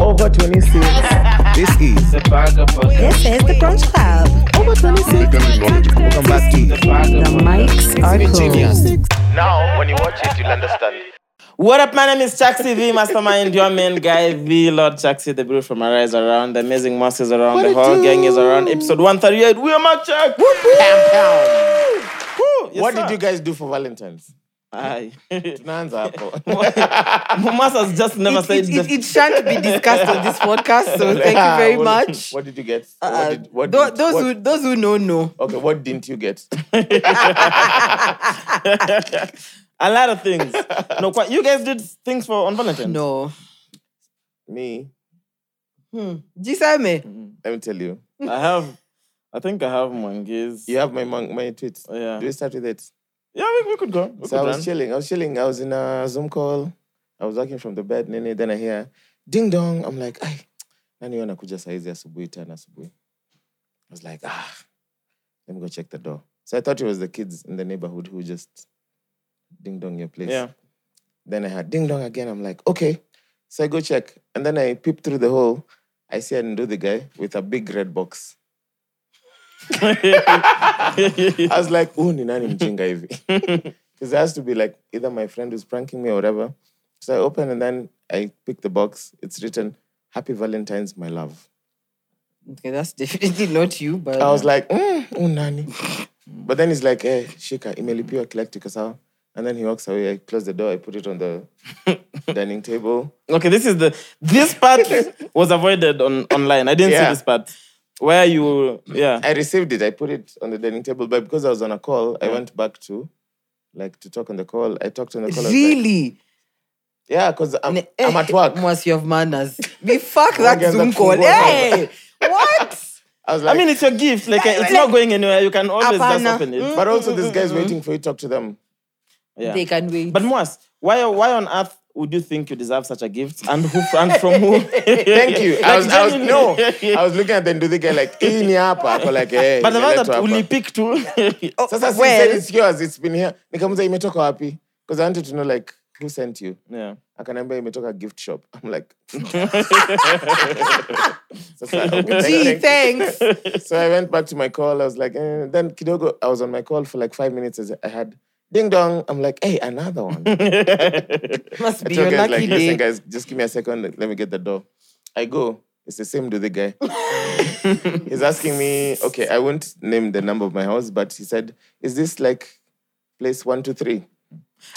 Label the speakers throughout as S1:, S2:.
S1: over 26.
S2: This is
S3: The Vagabond.
S4: This is the Brunch Club.
S1: Over 26.
S2: Welcome back to
S3: The Vagabond.
S5: mics are
S2: Virginians.
S6: Now, when you watch it, you'll understand.
S7: What up? My name is Chaxi V, mastermind, your main guy, V Lord Chaxi, the beautiful Mara is around, the amazing Moss is around, the whole gang is around. Episode 138, we are Mark Chuck.
S6: What did you guys do for Valentine's?
S7: guys?
S6: Tunaanza hapo.
S7: Moss has just never
S5: It,
S7: said
S5: it,
S7: the
S5: it, it shan't be discussed on this podcast, so thank you very
S6: What-
S5: much.
S6: What did you get?
S5: Uh,
S6: What did, what
S5: tho-
S6: did-
S5: those
S6: what-
S5: who those who know know.
S6: Okay, what didn't you get?
S7: a lot of things. no, quite. You guys did things for on Valentine's.
S5: No.
S6: Me,
S5: Hmm. Jisame.
S6: let me tell you.
S7: I have. I think I have monkeys.
S6: You have my mon- my tweets.
S7: Yeah.
S6: Do we start with it?
S7: Yeah, we, we could go. We
S6: So I
S7: could
S6: was
S7: run.
S6: chilling. I was chilling. I was in a Zoom call. I was working from the bed. Nene, then I hear ding dong. I'm like, ay, nani wanakuja saa hizi asubuhi tena asubuhi. I was like, ah, let me go check the door. So I thought it was the kids in the neighborhood who just ding dong your place.
S7: Yeah.
S6: Then I had ding dong again. I'm like, okay. So I go check. And then I peep through the hole. I see an the guy with a big red box. I was like, oh, ni nani mjinga hivi? Because it has to be like either my friend who's pranking me or whatever. So I open and then I pick the box. It's written, Happy Valentine's, my love.
S5: Okay, that's definitely not you, but
S6: I was like, mm, oh, nani. but then he's like, eh, shika, imelipiwa kila kitu iko sawa. And then he walks away. I close the door. I put it on the dining table.
S7: Okay, this is the this part was avoided on online. I didn't
S6: Yeah.
S7: see this part. Where you yeah.
S6: I received it. I put it on the dining table. But because I was on a call, I went back to like to talk on the call. I talked on the call. I was like-
S5: really.
S6: yeah, because I'm,
S5: Ne-
S6: I'm at
S5: eh,
S6: work.
S5: Must you have manners? We fuck that
S6: Wangeanza
S5: Zoom call. Hey,
S6: kufungua
S5: what?
S6: I was like,
S7: I mean it's your gift. Like uh, it's not going anywhere. You can always just
S5: Hapana.
S7: open it.
S6: but also
S7: mm-hmm,
S6: this guy's waiting for you to talk to them.
S5: They
S7: Yeah.
S5: can wait.
S7: But Moas, why why on earth would you think you deserve such a gift? And who and from who?
S6: Thank you. I was, I was no,
S7: genuinely.
S6: I was looking at them. Do they get like hii ni hapa? Ako like eh.
S7: But the fact
S6: imeletwa
S7: that
S6: hapa.
S7: only pick two
S6: Sasa she
S5: well-
S6: said it's yours. It's been here. Nikamuza imetoka wapi? Because I wanted to know like who sent you.
S7: Yeah.
S6: Akaniambia imetoka gift shop. I'm like. Sasa, okay, thank-
S5: Gee,
S6: thank-
S5: thanks.
S6: so I went back to my call. I was like, eh. then kidogo, I was on my call for like five minutes. as I had ding dong. I'm like, hey, another one. I
S5: Must be your
S6: told guys
S5: lucky
S6: like,
S5: day.
S6: listen, guys, just give me a second. Let me get the door. I go. It's the same do the guy. He's asking me. Okay, I won't name the number of my house, but he said, is this like place one two three?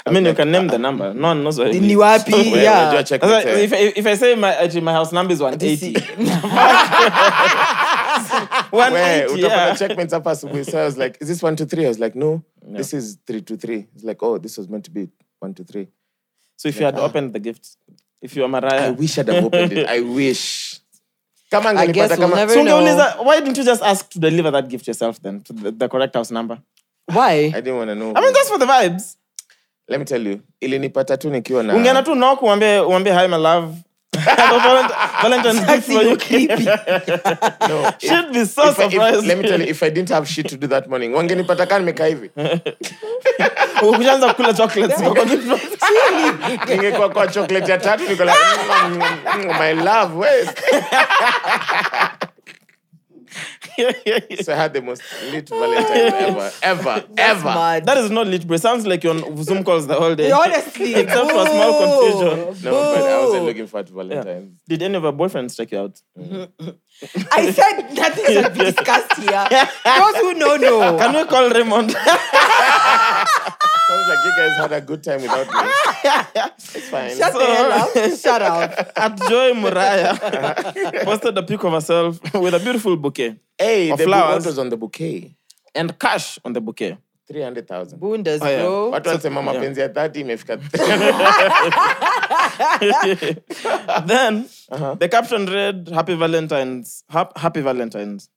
S7: I mean you can name the number. No one knows what it
S5: Ni
S7: is.
S5: wapi?
S6: Well,
S5: Yeah.
S6: unajua check
S7: That's why
S6: it, eh.
S7: if, if, if I say my actually my house number is 180.
S6: Where
S7: 180.
S6: utapata
S7: Yeah.
S6: checkmates hapa asubuhi. So I was like, is this one two three? I was like, no, this is three two three. It's like, oh, this was meant to be one two three.
S7: So if you had opened the gift, if you are Mariah,
S6: I wish I'd have opened it. I wish. Kama
S5: I guess
S6: angenipata
S5: we'll
S6: kama
S5: never
S7: So
S5: know.
S7: ungeuliza, why didn't you just ask to deliver that gift yourself then to the, the correct house number?
S5: Why?
S6: I didn't want to know.
S7: I mean, just for the vibes.
S6: Let me tell you. Ilinipata tu nikiwa na
S7: Ungeenda tu knock, uambie uambie hi my love. Valent- Valentine's gift for
S5: You're
S7: you.
S5: creepy.
S6: No, if-
S7: She'd be so
S6: if I- if-
S7: surprised.
S6: let me tell you, if I didn't have shit to do that morning, wangenipata kaa nimekaa hivi.
S7: Ukishaanza kula chocolates. uko different.
S6: Ningekuwa kwa chocolate ya tatu niko like, mm, mm, mm, my love, wait. So I had the most lit Valentine ever, ever, ever.
S5: Mad.
S7: That is not lit, bro. It sounds like you're on Zoom calls the whole day.
S5: Honestly.
S7: Except for small
S5: boo.
S7: confusion.
S6: No, but I wasn't
S5: Boo.
S6: looking forward to Valentine's.
S7: Did any of your boyfriends check you out?
S5: I said nothing shall be discussed here. Those who know know.
S7: Can we call Raymond?
S6: Sounds like you guys had a good time without me. It's fine.
S5: Shut the hell up. Shut up.
S7: At Joy Muraya posted a pic of herself with a beautiful bouquet
S6: Hey,
S7: Of
S6: the
S7: flowers.
S6: flowers was on the bouquet.
S7: and cash on the bouquet.
S6: 300,000.
S5: Bundas,
S7: Oh, yeah.
S5: bro.
S6: Watu wanasema mapenzi ya 30 imefika.
S7: then
S5: Uh-huh.
S7: the caption read happy valentines Hap- happy valentines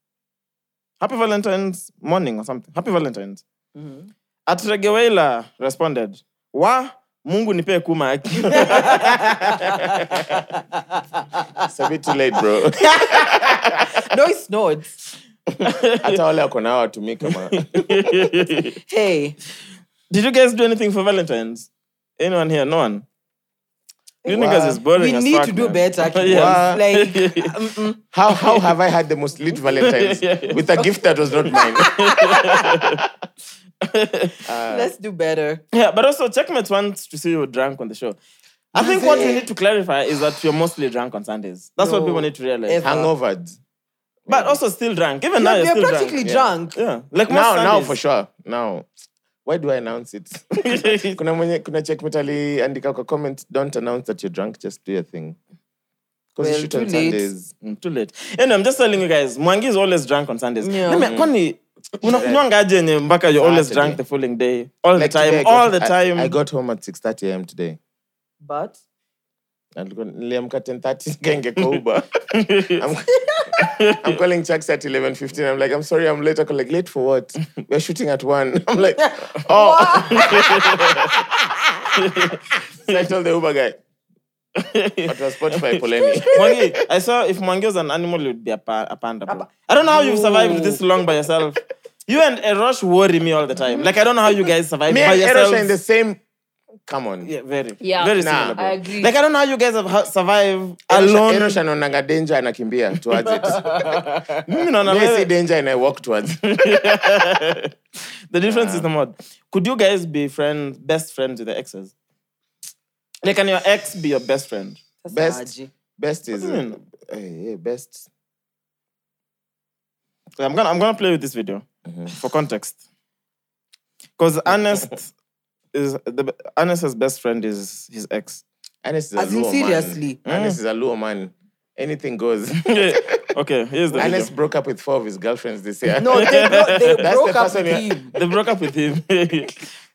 S7: happy valentines morning or something happy valentines
S5: Mm-hmm.
S7: at regeweila responded wa mungu nipe kuma haki."
S6: It's a bit too late, bro.
S5: No, it's not.
S6: Hata wale wako nao watumii kama
S5: Hey.
S7: did you guys do anything for valentines anyone here no one You niggas is boring
S5: we
S7: as
S5: need
S7: fuck,
S5: to do
S7: man.
S5: better. kids.
S7: Yeah.
S5: Like,
S6: How, how have I had the most lit Valentine's
S7: Yeah, yeah.
S6: with a gift that was not mine? Uh,
S5: let's do better.
S7: Yeah, but also checkmate wants to see you drunk on the show. I think what we
S5: Maze.
S7: need to clarify is that you're mostly drunk on Sundays. That's what
S5: No.
S7: people need to realize.
S5: Ever.
S6: hangovered.
S7: But also still drunk. Even now
S5: You're,
S7: you're
S5: you're
S7: still
S5: practically
S7: drunk.
S5: drunk.
S7: Yeah, like most
S6: Now, now
S7: Sundays.
S6: for sure. Now, why do I announce it? kuna mwenye kuna checkmate aliandika kwa comment don't announce that you're drunk just do your thing
S5: Well,
S6: because you shoot
S5: too
S6: on
S5: late.
S6: sundays
S7: Mm, too late. Anyway, I'm just telling you guys, Mwangi is always drunk on Sundays.
S5: Yeah.
S7: Let me- kwani unakunywangaje yenye mpaka you're always
S6: Mm. Saturday.
S7: drunk the following day all
S6: Like
S7: the
S6: today
S7: time
S6: I got-
S7: all the
S6: I-
S7: time
S6: i, got home at 6:30 am today
S5: But
S6: Na nilikuwa- niliamka 10:30 nikaingia kwa uber I'm, i'm calling chucks at 11:15 i'm like i'm sorry i'm late i'm like late for what we're shooting at 1 i'm like oh so i told the uber guy but was spotify poleni
S7: Mwangi, I saw if Mwangi was an animal, you'd be a, pa- a panda. Bro. I don't know how you've survived this long by yourself. You and Erosh worry me all the time. Like I don't know how you guys survive
S6: me
S7: by
S6: and
S7: yourselves.
S6: Eros are in the same come on
S7: yeah, very,
S5: Yeah.
S7: very
S6: Nah.
S7: similar.
S5: I
S7: Bro.
S5: agree.
S7: Like I don't know how you guys have ha- survive alone.
S6: Eros anaonanga danger anakimbia towards it
S7: Mimi naona
S6: Me
S7: wewe-
S6: see danger and I walk towards.
S7: the difference is the mod. Could you guys be friends, best friends with the exes? Like, can your ex be your best friend?
S6: Best.
S5: Saji.
S6: Best is
S7: do you mean?
S6: uh, yeah, best.
S7: So I'm gonna I'm gonna play with this video for context. Because honest is the be- honest's best friend is his ex.
S6: Anis is a
S5: As in
S6: Luo
S5: seriously?
S6: Man.
S7: Ah.
S6: Anis is a Luo man. Anything goes.
S7: Yeah. okay, here's the
S6: Anis
S7: video.
S6: broke up with four of his girlfriends this year.
S5: No, they, bro- they
S6: That's
S5: broke
S6: the
S5: up with
S6: person you-
S5: him.
S7: They broke up with him.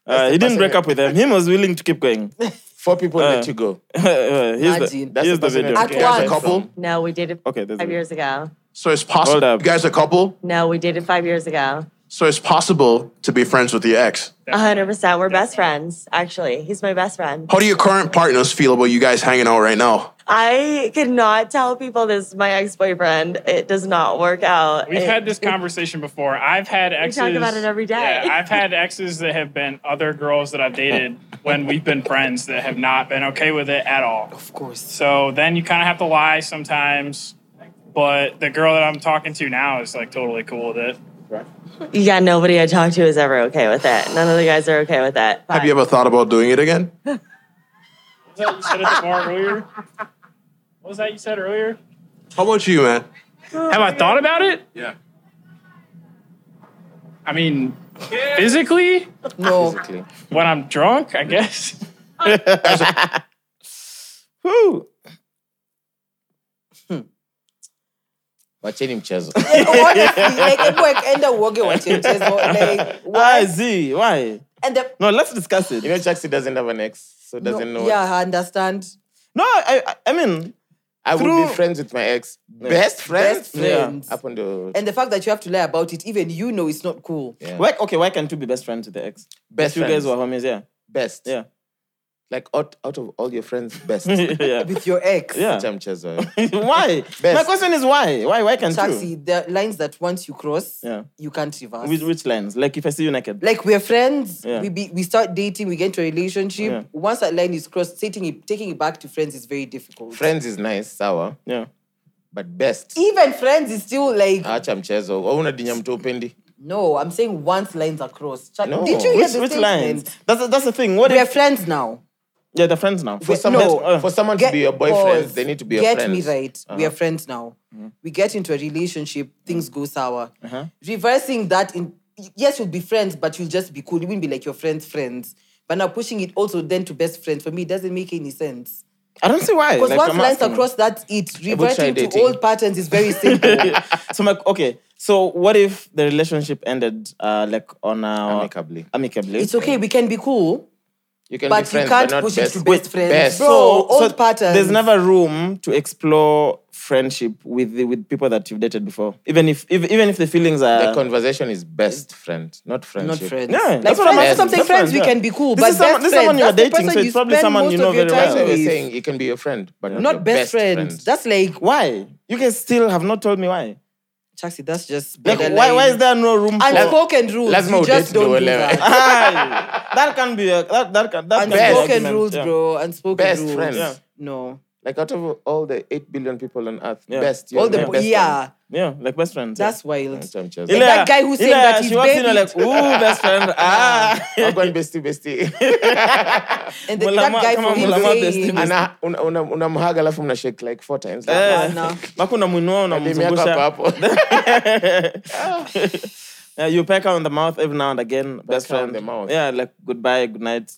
S7: Uh, he didn't
S6: person
S7: break up with them. Him was willing to keep going. Uh,
S6: four people let you go.
S7: here's the,
S5: Imagine.
S6: That's
S7: here's
S6: the
S7: the
S6: person
S7: video.
S6: you
S5: At
S6: took your
S5: once.
S6: girlfriend
S1: couple.
S6: from.
S1: No, we dated
S7: Okay, there's
S1: five
S7: it.
S1: years ago.
S3: So it's
S7: Hold
S3: possible you
S7: up.
S3: guys a couple.
S1: No, we dated five years ago.
S3: So it's possible to be friends with the ex.
S1: 100%. We're best friends, actually. He's my best friend.
S3: How do your current partners feel about you guys hanging out right now?
S1: I could not tell people this is my ex boyfriend. It does not work out.
S4: We've
S1: It-
S4: had this conversation before. I've had exes.
S1: talk about it every day.
S4: Yeah, I've had exes that have been other girls that I've dated when we've been friends that have not been okay with it at all.
S5: Of course.
S4: So then you kind of have to lie sometimes. But the girl that I'm talking to now is like totally cool with it.
S1: yeah, nobody I talk to is ever okay with it. None of the guys are okay with it.
S3: Have you ever thought about doing it again?
S4: Was that you said it more earlier? What was that you said earlier?
S3: How about you, man?
S4: Have I thought about it?
S3: Yeah.
S4: I mean, physically,
S5: No.
S6: Basically.
S4: when I'm drunk, I guess.
S7: Woo.
S6: Wacheni mchezo.
S5: Honestly, like ebu akaenda uoge wa chenchezo, like
S7: Why
S5: why?
S7: Z? Why?
S5: And the
S7: No, let's discuss it.
S6: You know, Chucksy doesn't have an ex, so doesn't know.
S5: no, yeah, I understand.
S7: No, I I, I mean
S6: I would
S7: Through-
S6: be friends with my ex. Best friends?
S5: Best friends.
S6: Up on the
S5: And the fact that you have to lie about it, even you know it's not cool.
S6: yeah.
S7: why okay, why can't you be best friends with the ex?
S6: Best
S7: you guys
S6: friends.
S7: were homies, yeah.
S6: Best.
S7: Yeah.
S6: Like out, out of all your friends, best. uh,
S7: yeah.
S5: With your ex.
S7: Yeah.
S6: Acha mchezo.
S7: why? My question is why? Why why can't you?
S5: Taxi, the lines that once you cross,
S7: Yeah.
S5: you can't reverse.
S7: Which, which lines? Like if I see you naked.
S5: like we're friends,
S7: Yeah.
S5: we be, we start dating, we get into a relationship.
S7: Yeah.
S5: Once that line is crossed, taking it taking it back to friends is very difficult.
S6: friends is nice, sawa,
S7: yeah.
S6: but best. Ah,
S5: Even friends is still like
S7: Ah.
S6: Acha mchezo. Wauna dinya mtu upendi.
S5: no. I'm saying once lines are crossed. Cha-
S6: No.
S5: Did you hear
S7: Which,
S5: the
S7: which
S5: statement?
S7: lines? That's that's the thing. What
S5: We're
S7: if
S5: friends now.
S7: yeah, they're friends now. uh,
S6: For someone,
S5: no.
S6: for someone to be your boyfriend, they need to be your
S5: get
S6: friends. Uh-huh.
S5: me
S6: Mm-hmm.
S5: right. We are friends now. We get into a relationship, things go sour.
S6: Uh-huh.
S5: Reversing that in yes, you'll be friends, but you'll just be cool. You won't be like your friends' friends. But now pushing it also then to best friends for me it doesn't make any sense.
S7: I don't see why.
S5: Because
S7: Like,
S5: once
S7: I'm
S5: lines
S7: asking.
S5: are crossed, that's it. Reverting to
S6: dating.
S5: old patterns is very simple.
S7: so my okay. So what if the relationship ended uh like on a
S6: Amicably.
S7: Amicably.
S5: it's okay, we can be cool,
S6: You can
S5: but
S6: be friends,
S5: you can't
S6: but not
S5: push
S6: best.
S5: it to best friends.
S6: best.
S5: Bro, old patterns.
S7: There's never room to explore friendship with the, with people that you've dated before. Even if, if even if the feelings are
S6: The conversation is best friend, not
S5: not
S6: friendship.
S5: friends.
S7: Yeah,
S5: like
S7: that's
S5: friends,
S7: what I'm
S5: that's what
S7: asking.
S5: I'm saying
S7: That's
S5: friends,
S7: fine,
S5: we
S7: yeah.
S5: can be cool.
S7: This
S5: but
S7: is someone-
S5: best
S7: this is someone
S5: friends,
S7: you are
S5: that's the
S7: dating,
S5: person
S7: so it's probably
S5: spend
S7: someone
S5: most
S7: you know
S5: of your
S7: very well.
S5: time
S6: So
S7: That's
S6: we're
S5: with.
S6: saying you can be your friend, but not, your
S5: not best
S6: friend.
S5: friends. That's like
S7: why? You guys still have not told me why.
S5: Chaxi, that's just
S7: Like
S5: borderline.
S7: why, why is there no room for
S5: unspoken rules?
S6: lazima
S5: you
S6: udate
S5: just don't
S6: ndio
S5: do
S6: uelewe.
S5: that.
S7: Aye. that can be a that that can that can be an
S5: Unspoken
S7: argument,
S5: rules,
S7: yeah.
S5: bro. Unspoken
S6: Best
S5: rules.
S6: friends. Yeah.
S5: No.
S6: Like out of all the eight billion people on Earth,
S7: Yeah.
S6: best. You're
S5: All the
S6: my
S5: bo-
S6: best
S5: yeah,
S7: Yeah, like best friends. yeah.
S5: that's wild.
S6: friend. I'm just-
S5: Like that guy who said
S7: Ile-
S5: that he's
S7: she walks in
S5: babied.
S7: and like, ooh, best friend. Ah.
S6: I'll go and bestie, bestie.
S5: and the, that
S7: Mulama-
S5: guy
S7: kama
S5: for him
S7: Mulama
S5: saying,
S7: Destiny.
S6: Ana- una- una- Unamhaga alafu mnashake like four times.
S7: Eh.
S5: Bana.
S7: Maku unamwinua
S6: Demi yako hapo
S7: unamzungusha.
S6: hapo.
S7: Yeah, you peck her on the mouth every now and again. best
S6: her on
S7: friend.
S6: the mouth.
S7: Yeah, like goodbye, good night.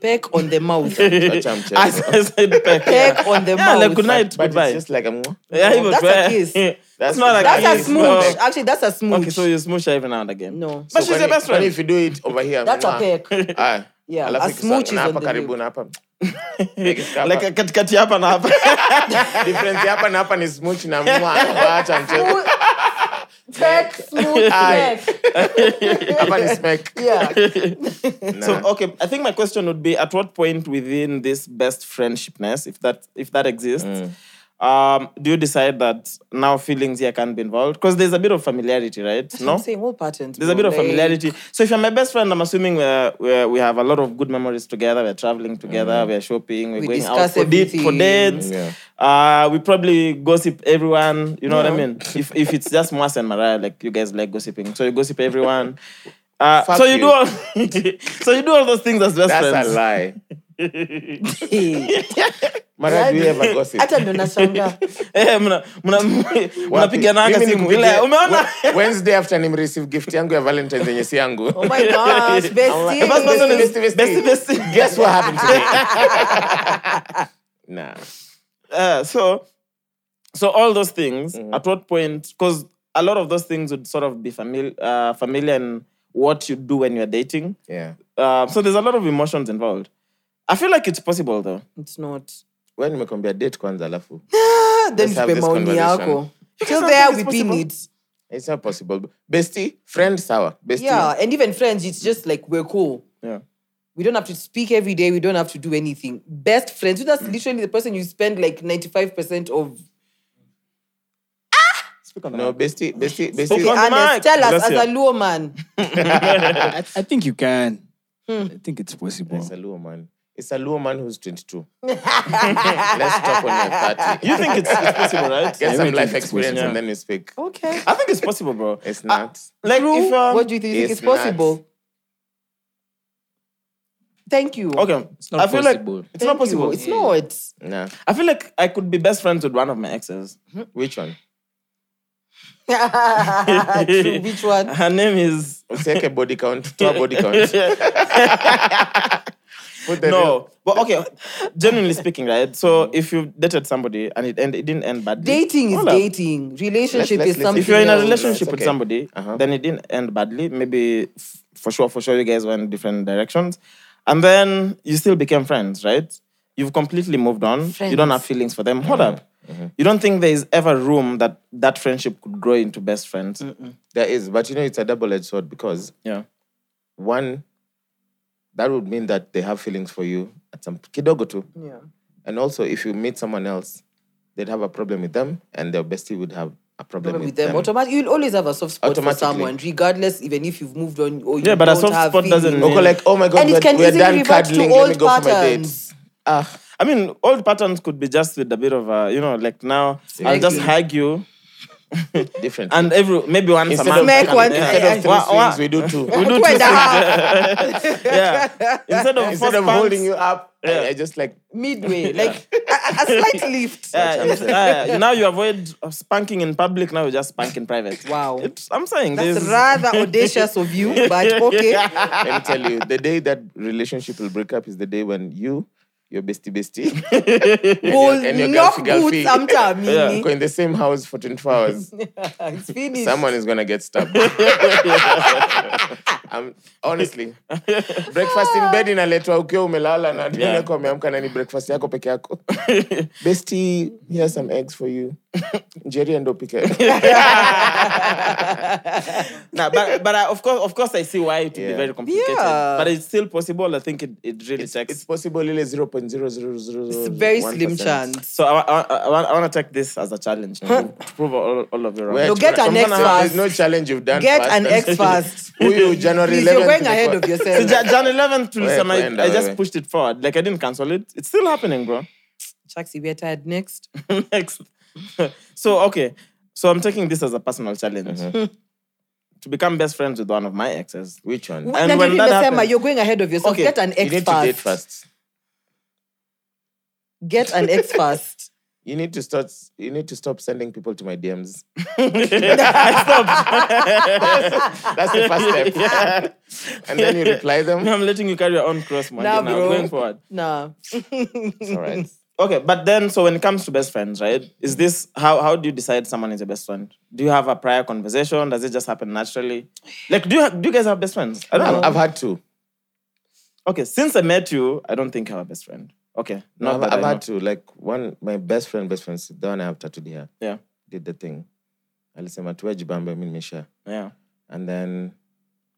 S5: peck on the mouth.
S6: Acha mchezo.
S7: I said- I said peck. yeah.
S5: peck on the
S7: Yeah,
S5: mouth.
S7: like good night,
S6: But
S7: Ah, goodbye.
S6: it's just like a mwah.
S7: yeah, even
S5: that's a
S7: better.
S5: kiss.
S7: That's not like
S5: That's a
S7: kiss,
S5: smooch.
S7: no.
S5: Actually, that's a smooch.
S7: Okay, so you smooch her every now and again.
S5: no.
S7: But
S6: When
S7: she's your
S6: you-
S7: best
S6: when
S7: friend.
S6: If you do it over here,
S5: That's
S6: mwah.
S5: a peck.
S6: Aye.
S5: Yeah,
S6: Alafu
S5: a
S6: ikisa-
S5: smooch is
S6: na
S5: on
S6: hapa
S5: the
S6: karibu
S5: lip.
S6: na hapa. uh,
S7: Like uh, katikati hapa na hapa.
S6: Difference hapa na hapa ni smooch na mwa. Acha mchezo.
S5: Peck, smooch,
S6: Aye.
S5: peck.
S6: Hapa ni smack.
S5: Yeah.
S7: So okay, I think my question would be: At what point within this best friendshipness, if that if that exists,
S6: Mm.
S7: um, do you decide that now feelings here can't be involved? Because there's a bit of familiarity, right?
S5: I'm
S7: No,
S5: saying all patterns.
S7: there's a bit
S5: bro,
S7: of
S5: like-
S7: familiarity. So if you're my best friend, I'm assuming we're, we're, we have a lot of good memories together. We're traveling together. We're shopping. We're
S5: We
S7: going out
S5: discuss
S7: for, date, for
S5: everything.
S7: dates.
S6: Yeah.
S7: Uh, we probably gossip everyone. You know what I mean? If if it's just Mas and Mariah, like you guys like gossiping, so you gossip everyone. Uh,
S6: Fuck
S7: so you,
S6: you.
S7: do all, so you do all those things as best
S6: That's a
S7: friends.
S6: lie.
S5: Hey.
S6: Mara, do you ever gossip?
S5: Hata ndo nashangaa.
S7: Eh, mna- mna-
S6: Wapi?
S7: mnapigananga
S6: Mimi
S7: simu
S6: nimpigie-
S7: ile umeona
S6: We- Wednesday after nimreceive gift yangu ya Valentine's yenye si yangu.
S5: Oh my gosh,
S7: The first person
S5: bestie.
S7: is-
S6: Bestie, bestie,
S7: bestie, bestie.
S6: Guess what happened today? nah.
S7: Uh, so so all those things
S5: Mm-hmm.
S7: at what point because a lot of those things would sort of be familiar uh, familiar in what you do when you're dating
S6: Yeah.
S7: uh, so there's a lot of emotions involved i feel like it's possible though
S5: It's not.
S6: Wewe nimekwambia date kwanza alafu.
S5: Then
S6: have
S5: tupe
S6: this
S5: maoni
S6: conversation.
S5: yako. Till
S7: not
S5: there
S7: think
S5: we
S7: it's
S5: pin
S7: possible.
S5: it.
S6: It's not possible. Bestie, friend sawa. Bestie.
S5: Yeah, and even friends, it's just like we're cool.
S7: yeah
S5: We don't have to speak every day. We don't have to do anything. Best friends, that's
S7: Mm.
S5: literally the person you spend like 95% of.
S6: No, bestie, bestie, bestie.
S7: Okay,
S5: Be
S7: On the mic.
S5: honest, tell us,
S7: Bless
S5: as a
S7: you.
S5: Luo man,
S8: I, I think you can.
S7: Hmm.
S8: I think it's possible.
S6: It's a Luo man. It's a Luo man who's 22. Let's stop on my 30.
S7: you think it's, it's possible right
S6: Get some
S8: Everything
S6: life
S8: is
S6: experience
S7: possible.
S6: and then we speak.
S5: okay.
S7: i think it's possible bro
S6: It's not.
S7: like if um,
S5: what do you think? You think
S6: it's
S5: it's possible? Thank you.
S7: okay it's
S8: not
S7: i feel
S8: possible.
S7: like it's
S5: Thank
S7: not possible
S5: You. It's not.
S6: nah.
S7: i feel like i could be best friends with one of my exes
S5: Mm-hmm.
S6: Which one?
S5: True, which one?
S7: her name is
S6: Take a body count. To a body count. Put the real-
S7: no, but okay. Genuinely speaking, right? So if you dated somebody and it end, it didn't end badly.
S5: Dating is
S7: Hold up.
S5: dating. Relationship
S6: Let's-
S5: is
S6: let's- let's-
S5: something.
S7: If you're in a
S5: else.
S7: relationship
S6: It's
S7: with
S6: okay.
S7: somebody,
S6: Uh-huh.
S7: then it didn't end badly. Maybe f- for sure, for sure, you guys went different directions, and then you still became friends, right? You've completely moved on. You don't have feelings for
S6: Mm-hmm.
S7: them. Hold up. You don't think there is ever room that that friendship could grow into best friends?
S6: There is, but you know, it's a double-edged sword because
S7: Yeah.
S6: one, that would mean that they have feelings for you at some kidogo too.
S5: Yeah.
S6: And also, if you meet someone else, they'd have a problem with them, and their bestie would have a problem,
S5: With them, automatic, you'll always have a soft spot for
S6: Automatically.
S5: someone, regardless, even if you've moved on or you
S7: Yeah, but a
S5: don't
S7: soft
S5: have
S7: spot
S5: feelings.
S7: doesn't mean-
S6: Okay, like, oh my god,
S5: And it
S6: we're,
S5: can
S6: we're
S5: easily
S6: done
S5: revert to
S6: cuddling. Let me
S5: old
S6: go for my
S5: patterns.
S6: dates. Ah,
S7: I mean, old patterns could be just with a bit of, uh, you know, like now I'll just
S5: Smack.
S7: hug you,
S6: different.
S7: and every maybe once
S6: Instead
S7: a month.
S6: of-
S5: Smack one.
S6: instead
S5: Yeah.
S6: of three
S7: Wah, wah.
S6: swings, we do two.
S7: We
S5: Two
S7: do two
S5: and a half.
S7: yeah. Instead of
S6: Instead
S7: first
S6: of
S7: pants,
S6: holding you up, I-
S7: Yeah.
S6: I, just like
S5: midway, like a, a slight lift.
S7: yeah, Uh, it's- yeah, now you avoid spanking in public. Now you just spank in private.
S5: Wow.
S7: It's, I'm saying
S5: That's
S7: this.
S5: rather audacious of you, but okay.
S6: let me tell you, the day that relationship will break up is the day when you, your bestie bestie,
S5: Will
S6: and your
S5: knock
S6: girlfie, girlfie.
S5: boots amtamini.
S7: Yeah.
S6: go in the same house for 24 hours.
S5: It's finished.
S6: Someone is gonna get stabbed. I'm, honestly, breakfast in bed inaletwa ukiwa umelala na adui yako ameamka na ni breakfast yako peke yako. Bestie, here's some eggs for you. Jerry ndo pike.
S7: Nah, but but I, of course, of course, I see why it would be
S6: Yeah.
S7: very complicated.
S5: Yeah.
S7: But it's still possible. I think it, it really takes.
S6: It's possible ile 0.0000.
S5: It's a very slim chance.
S7: so I, I, I, want- I want to take this as a challenge now, to prove all, all of you wrong.
S6: Wait,
S5: No, get an
S6: from
S5: ex
S6: now on, There's
S5: fast.
S6: no challenge you've done.
S5: Get
S6: first.
S5: an ex fast.
S6: Huyu January
S5: Please,
S6: 11th.
S5: you're going ahead
S6: tulikuwa-
S5: of
S7: So
S5: yourself.
S7: Ja- Jan 11th, to
S6: Wait,
S7: Sam, I,
S6: wait,
S7: I
S6: wait,
S7: just
S6: wait.
S7: pushed it forward. Like I didn't cancel it. It's still happening, bro.
S5: Chaxi, we're tired. Next.
S7: Next. so okay. So I'm taking this as a personal challenge.
S6: Mm-hmm.
S7: Hmm. to become best friends with one of my exes.
S6: Which one?
S5: Wait,
S7: when
S5: Nadine
S7: that
S5: Mesema,
S7: happens-
S5: you're going ahead of yourself.
S7: Okay,
S5: Get an
S6: you
S5: ex
S6: need to date
S5: first.
S6: first.
S5: Get an ex first.
S6: You need to start. You need to stop sending people to my DMs. That's the first step. And then you reply them.
S7: No, I'm letting you carry your own cross, man.
S5: Nah,
S7: now,
S5: bro.
S7: going forward.
S5: nah.
S6: It's all right.
S7: Okay, but then so when it comes to best friends, right?
S6: Mm.
S7: Is this how how do you decide someone is a best friend? Do you have a prior conversation? Does it just happen naturally? Like, do you do you guys have best friends? I don't
S6: I've,
S7: know.
S6: I've had two.
S7: Okay, since I met you, I don't think I have a best friend. Okay,
S6: No,
S7: not
S6: I've,
S7: that
S6: I've
S7: I
S6: had two. Like one, my best friend, best friend, the one I have tattooed here,
S7: know. Yeah,
S6: did the thing. Alisema tuwe jibambe mimi nimesha.
S7: yeah.
S6: And then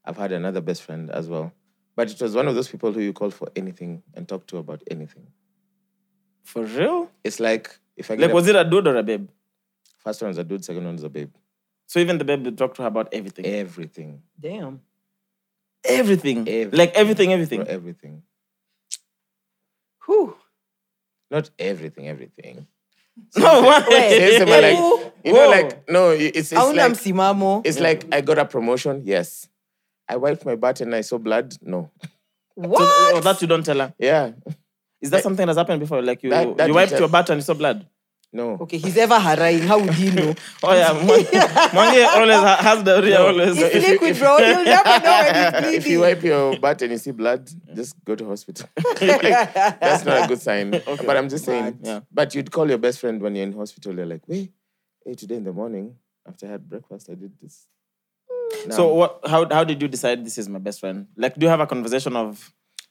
S6: I've had another best friend as well. But it was one of those people who you call for anything and talk to about anything.
S7: For real?
S6: It's like if I get
S7: Like, was it a dude or a babe?
S6: first one's a dude, second one's a babe.
S7: So even the babe, you talk to her about everything.
S5: Eh,
S6: Everything.
S5: Damn.
S7: everything.
S6: Everything.
S7: Like everything,
S6: Bro,
S7: everything.
S5: Eh,
S6: everything.
S5: Whew.
S6: Not everything, everything.
S7: No,
S5: eh,
S7: what?
S6: Seriously, man, like, you know,
S7: Whoa.
S6: like no, it- it's it's
S5: Hauna
S6: like
S5: msimamo.
S6: it's like I got a promotion, yes. I wiped my butt and I saw blood. No.
S7: So,
S5: What? Eh,
S7: oh, that you don't tell her.
S6: Yeah.
S7: Is that something that's happened before? Like you,
S6: That- that
S7: you
S6: you
S7: wiped
S6: tell-
S7: your butt and you saw blood.
S6: No.
S5: Okay, he's ever harrying. How would he know?
S7: Oh yeah, Mange always ha- has the real always.
S5: It's liquid, bro. You'll never know when it's
S6: if you
S5: bleeding.
S6: wipe your butt and you see blood, just go to hospital. Like, that's not a good sign. But I'm just saying.
S7: Yeah.
S6: But you'd call your best friend when you're in hospital. You're like, wait, hey, today in the morning after I had breakfast, I did this. Now,
S7: So what? How how did you decide this is my best friend? Like, do you have a conversation of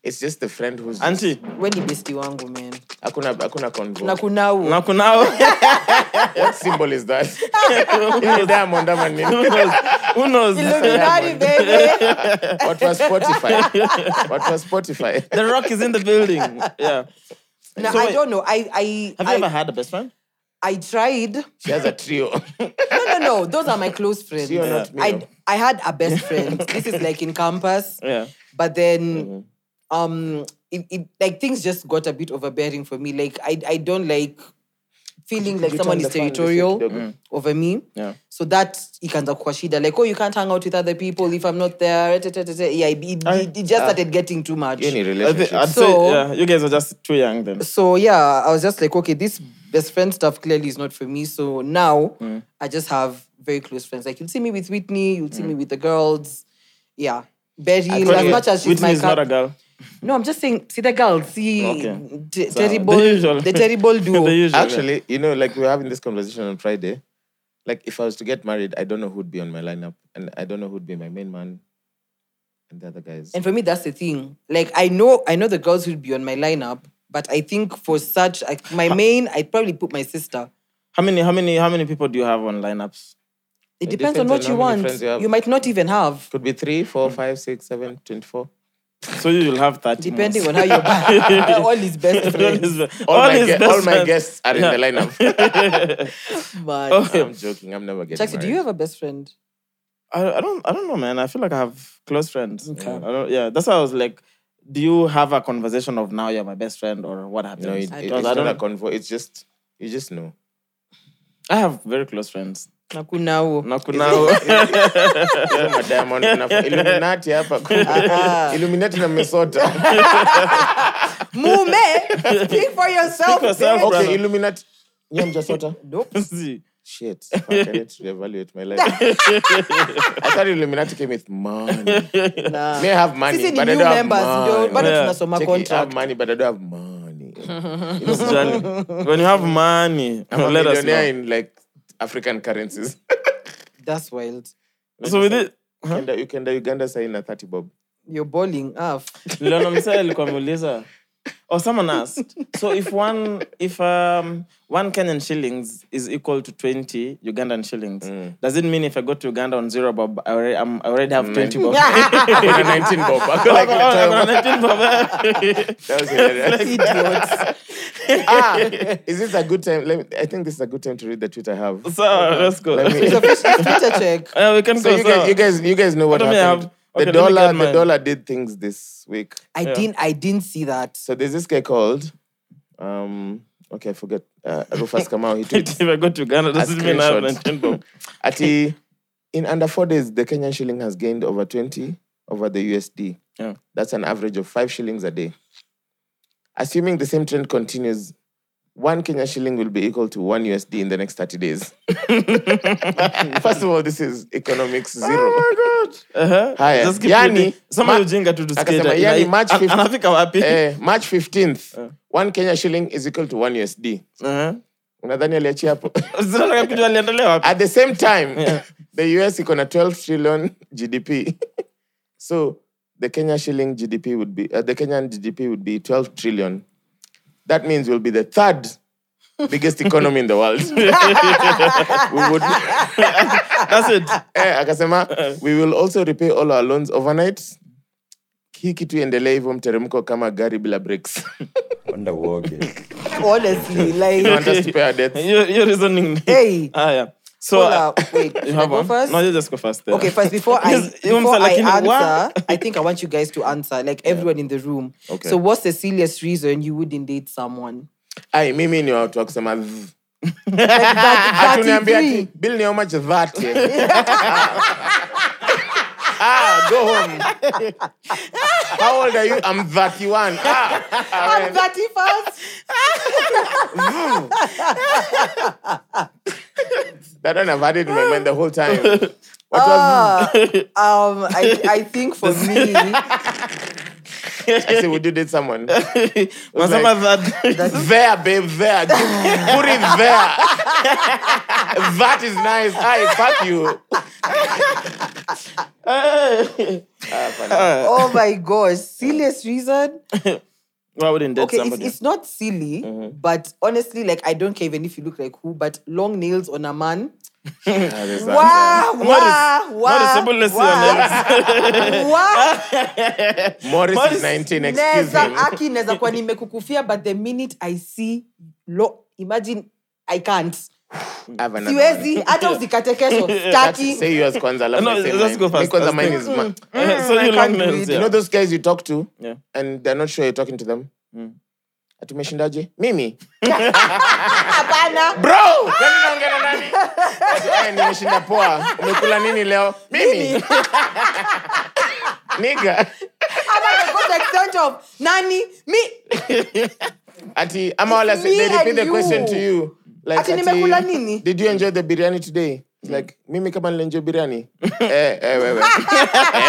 S6: it's just the friend who's
S7: auntie?
S5: When ni besti wangu, man.
S6: hakuna hakuna convo.
S5: Na kunao.
S7: Naku now.
S6: what symbol is that? Ile diamond ama nini?
S7: Who knows? Who knows?
S5: Illuminati, baby.
S6: What was Spotify? What was Spotify?
S7: The rock is in the building. Yeah.
S5: No,
S7: So
S5: I
S7: wait.
S5: don't know. I I
S7: Have you
S5: I,
S7: ever had a best friend?
S5: I tried. No,
S6: She has a trio.
S5: no, no. Those are my close friends.
S6: Trio, not me.
S5: I I had a best friend. this is like in campus.
S7: Yeah.
S5: But then
S6: Mm-hmm.
S5: um it, it like things just got a bit overbearing for me. Like I I don't like feeling like
S6: you
S5: someone
S6: turn
S5: is
S6: the fan
S5: territorial
S6: this way kidogo?
S5: over me.
S7: Yeah.
S5: So that ikanza kuwa shida. Like, oh, you can't hang out with other people if I'm not there. et- et- et- et- et. Yeah, it, it, it just started getting too much.
S6: ah. You need
S7: I thi- I'd
S6: relationships.
S7: say
S5: So-
S7: yeah, you guys are just too young then.
S5: so yeah, I was just like, okay, this best friend stuff clearly is not for me. So now I just have very close friends. Like you'll see me with Whitney, you'll see me with the girls. Yeah. Betty,
S7: But
S5: as much as she's
S7: Whitney
S5: my
S7: is not a
S5: cup.
S7: girl.
S5: No, I'm just saying, see the girls, see
S7: Okay.
S5: t-
S7: So, the
S5: terrible,
S7: usual.
S5: the, terrible duo.
S7: The usual.
S6: Actually, you know, like we were having this conversation on Friday. Like, if I was to get married, I don't know who'd be on my lineup, and I don't know who'd be my main man, and the other guys.
S5: And for me, that's the thing. Like I know, I know the girls will be on my lineup, but I think for such like my main, I'd probably put my sister.
S7: How many, how many, how many people do you have on lineups?
S5: It,
S6: It
S5: depends, on what
S6: depends on
S5: you
S6: how many
S5: want.
S6: friends you have. Hmm.
S5: you might not even have.
S6: Could be three, four,
S7: Hmm.
S6: five, six, seven, twenty-four.
S7: So you will have thirty.
S5: depending on how you're bad. all his best
S7: all
S5: friends.
S7: his, be-
S6: All,
S7: all
S6: my,
S7: his
S6: gue-
S7: best
S6: all my
S7: friends.
S6: guests are in the lineup.
S5: Man.
S7: Okay.
S6: I'm joking. I'm never getting
S5: Jaxi,
S6: married.
S5: do you have a best friend?
S7: Um, I, I don't I don't know, man. I feel like I have close friends. I don't, yeah, that's why I was like, do you have a conversation of now you're my best friend or what happens?
S6: no, it,
S5: I
S6: it-
S7: don't.
S6: it's
S7: I
S6: not a
S7: don't-
S6: convo. It's just you just know.
S7: I have very close friends.
S5: Nakunao.
S7: Na kuna
S6: Leo madiamond anafu- Illuminati hapa.
S7: Ah.
S6: Illuminati na Minnesota.
S5: Mume, speak for yourself.
S7: Speak for yourself.
S5: babe.
S6: Okay, Illuminati. Yeah, Minnesota.
S5: Nope.
S7: See,
S6: Shit. Fuck, I need to reevaluate my life. I thought Illuminati came with money.
S5: Nah.
S6: May have money,
S5: Sisi ni
S6: but
S5: new
S6: I don't have
S5: members. ndio,
S6: money.
S5: Bado
S7: Yeah.
S5: tunasoma
S6: Check it, I have
S5: contract.
S6: money, but I don't have money. I'm
S7: Miss Johnny, when you have money,
S6: a
S7: let us
S6: millionaire
S7: know.
S6: in like African currencies.
S5: That's wild.
S7: So with it.
S6: Uganda, Uganda, Uganda sign a 30 bob.
S5: You're Ah, bowling off.
S7: Leona Msee alikuwa ameuliza or someone asked so if one if um one Kenyan shillings is equal to 20 Ugandan shillings does it mean if I go to Uganda on zero bob I already, I'm, I already have 20 bob
S6: Uganda 19 bob. I go
S7: Oh,
S6: like
S7: oh, I got
S6: that.
S7: 19 bob.
S6: That was hilarious.
S5: Idiots.
S6: ah, is this a good time? Let me, I think this is a good time to read the tweet I have.
S7: so let's go
S6: Let me-
S5: It's a fish- it's Twitter check.
S7: yeah, we can
S6: so
S7: go
S6: you
S7: so-
S6: guys, you guys, you guys know what
S7: What do we
S6: happened.
S7: have? Okay,
S6: the
S7: let me get
S6: dollar, the
S7: mine.
S6: dollar did things this week.
S5: I didn't I didn't see that.
S6: So there's this guy called. Um, okay, I forget. Uh, Rufus Kamau, he tweets.
S7: if I go to Ghana, does
S6: A
S7: it mean I have an
S6: screenshot.
S7: agenda?
S6: Ati, in under four days, the Kenyan shilling has gained over 20 over the USD.
S7: Yeah.
S6: That's an average of five shillings a day. Assuming the same trend continues, one Kenya shilling will be equal to one USD in the next 30 days. First of all, this is economics zero.
S7: Oh my god. Uh-huh.
S6: Haya.
S7: Just keep
S6: Yani,
S7: reading. Soma
S6: Ma-
S7: hiyo ujinga tu tusikie
S6: akasema,
S7: ita-
S6: yani
S7: ina-
S6: March
S7: an-
S6: 15
S7: anafika wapi?
S6: Eh, March 15th,
S7: Uh.
S6: one Kenya shilling is equal to one USD.
S7: Uh-huh.
S6: Unadhani aliachia hapo?
S7: Zinataka kujua aliendelea wapi?
S6: At the same time, the US iko na 12 trillion GDP. so the Kenya shilling GDP would be uh, the Kenyan GDP would be 12 trillion. That means we'll be the third biggest economy in the world. we would
S7: That's it.
S6: eh, akasema we will also repay all our loans overnight. Hii kitu iendelee hivyo mteremko kama gari bila brakes.
S9: Wonder walking.
S5: Honestly,
S6: You
S5: like,
S6: want us to pay our debts?
S7: Your, your reasoning.
S5: hey.
S7: Ah, yeah. So,
S5: hold
S7: uh,
S5: up. Wait,
S7: you
S5: should I
S7: have
S5: go
S7: one?
S5: first?
S7: No, you just go first. then.
S5: Okay, first before I
S7: Yes, you
S5: before
S7: understand,
S5: I
S7: like, in what?
S5: answer, I think I want you guys to answer, like everyone in the room.
S6: Okay.
S5: So, what's the serious reason you wouldn't date someone?
S6: Ai, mimi ni watu wa kusema "Zzz."
S5: Like that,
S6: Atuniambia ati
S5: 33.
S6: bill ni how much is that eh? ah, go home. How old are you? I'm 31. Ah,
S5: I'm 31st.
S6: that one I've had it in my mind the whole time. What was
S5: Ah, um, I, I think for me,
S6: I say, would you date someone?
S7: Wasema that.
S6: there, babe, there. Give, put it there. that is nice. I fuck you.
S5: oh my gosh, serious reason?
S7: Why wouldn't date
S5: Okay, it's,
S7: somebody? Mm-hmm.
S5: it's not silly, but honestly, like I don't care even if you look like who, but long nails on a man. Wow, wow, wow,
S7: Morris,
S5: wow, wow.
S6: Morris,
S7: Morris-
S6: is 19. Excuse
S5: neza
S6: him.
S5: aki neza kwa nimekukufia but the minute i see lo imagine i can't
S6: I have another one.
S5: siwezi hata usikate kesho
S6: That's-
S5: staki
S6: Say yours, Kwanza. alafu
S7: No,
S6: I say
S7: let's
S6: mine.
S7: go first.
S6: Me Kwanza,
S7: Let's
S6: mine
S7: go.
S6: is ma-
S5: Mm,
S7: so you long
S5: do
S7: nails,
S5: it.
S7: yeah.
S6: You know those guys you talk to,
S7: Yeah. Mm.
S6: and they're not sure you're talking to them. Ati umeshindaje? Mimi.
S5: hapana
S6: Bro! Kwani unaongea na nani? Ati, "Eh, nimeshinda poa. Umekula nini leo? Mimi. Nigga.
S5: Hata the good extent of nani mi
S6: Ati ama wala
S5: It's me
S6: they repeat
S5: and
S6: the
S5: you.
S6: question to you. Like
S5: Ati nimekula nini?
S6: Did you enjoy the biryani today? It's like mimi kama nilienjoy biryani. eh eh wewe.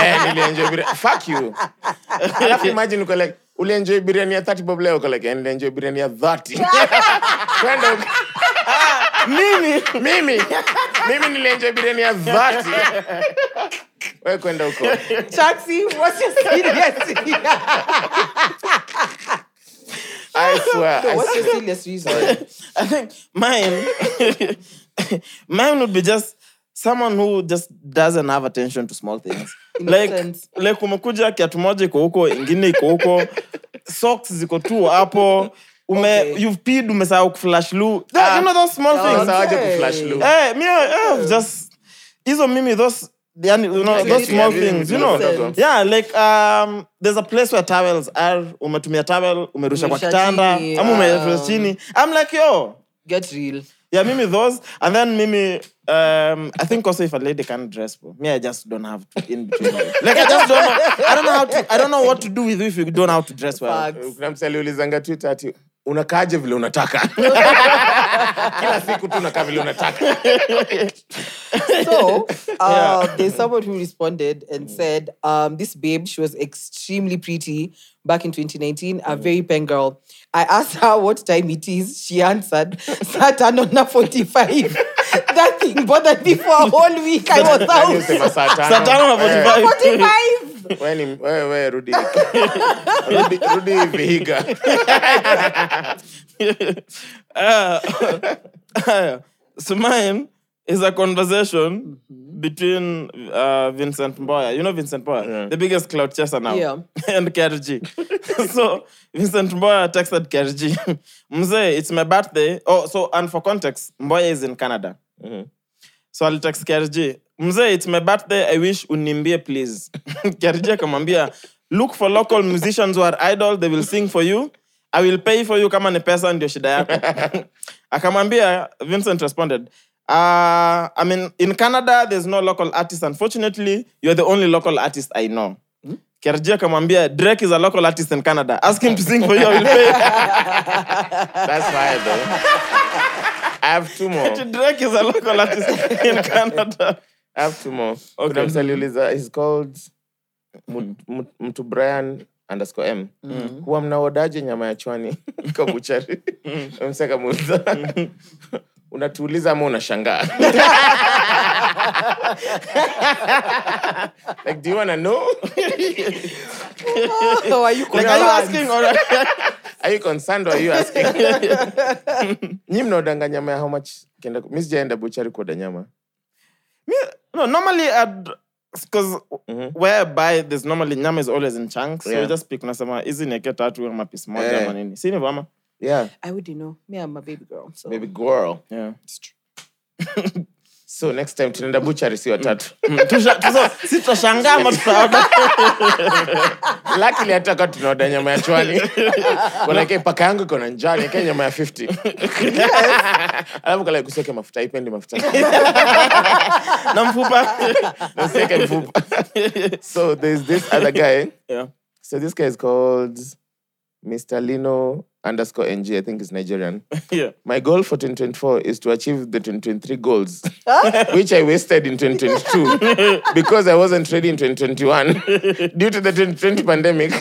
S6: eh nilienjoy biryani. Fuck you. Alafu imagine uko like ulienjoy biryani ya 30 bob leo uko like "Eh, nilienjoy biryani ya 30. Kwenda uko-
S7: Mimi.
S6: mimi mimi nilienjoy biryani ya 30. Wewe kwenda huko.
S5: taxi what's your serious
S6: I swear. I
S5: what's your
S6: swear.
S5: serious reason
S7: I think mine, mine would be just someone who just doesn't have attention to small things. like,
S5: Innocent.
S7: like umekuja kiatu moja iko huko, ingine iko huko, socks ziko tu hapo. Ume,
S5: Okay.
S7: You've peed, umesahau kuflash lu. Yeah,
S6: Ah.
S7: you know those small things.
S6: Sasa waje
S5: Okay.
S6: kuflash loop.
S7: Eh, mi, eh, just hizo mimi those yani, you know, those
S5: Utility,
S7: small
S5: yeah,
S7: things you know
S5: utility.
S7: yeah like um there's a place where towels are umetumia towel umerusha
S5: Umerusha
S7: kwa kitanda
S5: chini,
S7: ama
S5: um,
S7: umerusha chini i'm like yo
S5: get real
S7: yeah mimi those and then mimi um i think also if a lady can't dress bro, me i just don't have to in between like i just don't know i don't know how to i don't know what to do with you if you don't know how to dress well
S5: facts
S6: Eh, kuna msali ulizanga twitter ati unakaaje vile unataka kila siku tu unakaa vile unataka
S5: so uh, there's someone who responded and said, um, "This babe, she was extremely pretty back in 2019,
S7: Mm.
S5: a very pen girl. I asked her what time it is. She answered, Saturn on 45. that thing bothered me for a whole week. I was
S6: Yaani
S5: out.
S6: usema saa tano.
S7: Saa tano na
S6: Eh,
S7: 45.
S5: 45.
S6: wewe ni- wewe- wewe rudi rudi rudi vihiga
S7: uh, so mine is a conversation between uh, Vincent Mboya. You know Vincent Mboya,
S6: Yeah.
S7: the biggest cloud chaser now,
S5: Yeah.
S7: and KRG. so Vincent Mboya texted KRG, Mzee, it's my birthday. Oh, so and for context, Mboya is in Canada. So I'll text KRG, Mzee, it's my birthday. I wish unimbie please. KRG akamwambia, look for local musicians who are idol. They will sing for you. i will pay for you kama ni pesa ndio shida yako akamwambia vincent responded uh, i mean in canada there's no local artist unfortunately you're the only local artist i know kerji akamwambia drake is a local artist in canada ask him to sing for you i will pay
S6: That's fine, though. I have two more.
S7: drake is a local artist in canada
S6: I have two more.
S7: Okay.
S6: Kuna msanii uliza, he's called Mut- Mut- Mtu Brian underscore M.
S7: Mm.
S6: Huwa mnaodaje nyama ya chwani kwa buchari?
S7: Mm.
S6: Msee akamuuliza, Unatuuliza ama unashangaa? like, do you wanna know?
S5: So Oh, are you
S7: like are you
S5: concerned?
S7: asking or
S6: Are you concerned or are you asking? Nyi mnaodanga nyama ya how much? Kienda- Mi sijaenda buchari kuoda nyama.
S7: No, normally I'd because
S6: Mhm.
S7: where I buy this normally nyama is always in chunks. So
S6: Yeah. Eh.
S7: you just pick nasema hizi nieke tatu ama piece moja
S6: Yeah.
S7: ama nini. Si hivyo ama?
S6: Yeah,
S5: I wouldn't know. Me, I'm a baby girl. So
S6: baby girl.
S7: Yeah.
S6: So next time tunaenda buchari si watatu.
S7: Tusha- tuso- si tutashangaa ama tutaona.
S6: lakini hata kaa tunaoda nyama ya chwani manake paka yangu iko na njaa niekee nyama ya 50 alafu kala kusiweke mafuta ipendi mafuta
S7: na mfupa.
S6: nasiweke mfupa so there's this other guy
S7: Yeah.
S6: so this guy is called mr lino underscore ng i think he's nigerian
S7: Yeah.
S6: my goal for 2024 is to achieve the 2023 goals which i wasted in 2022 because i wasn't ready in 2021 due to the 2020 pandemic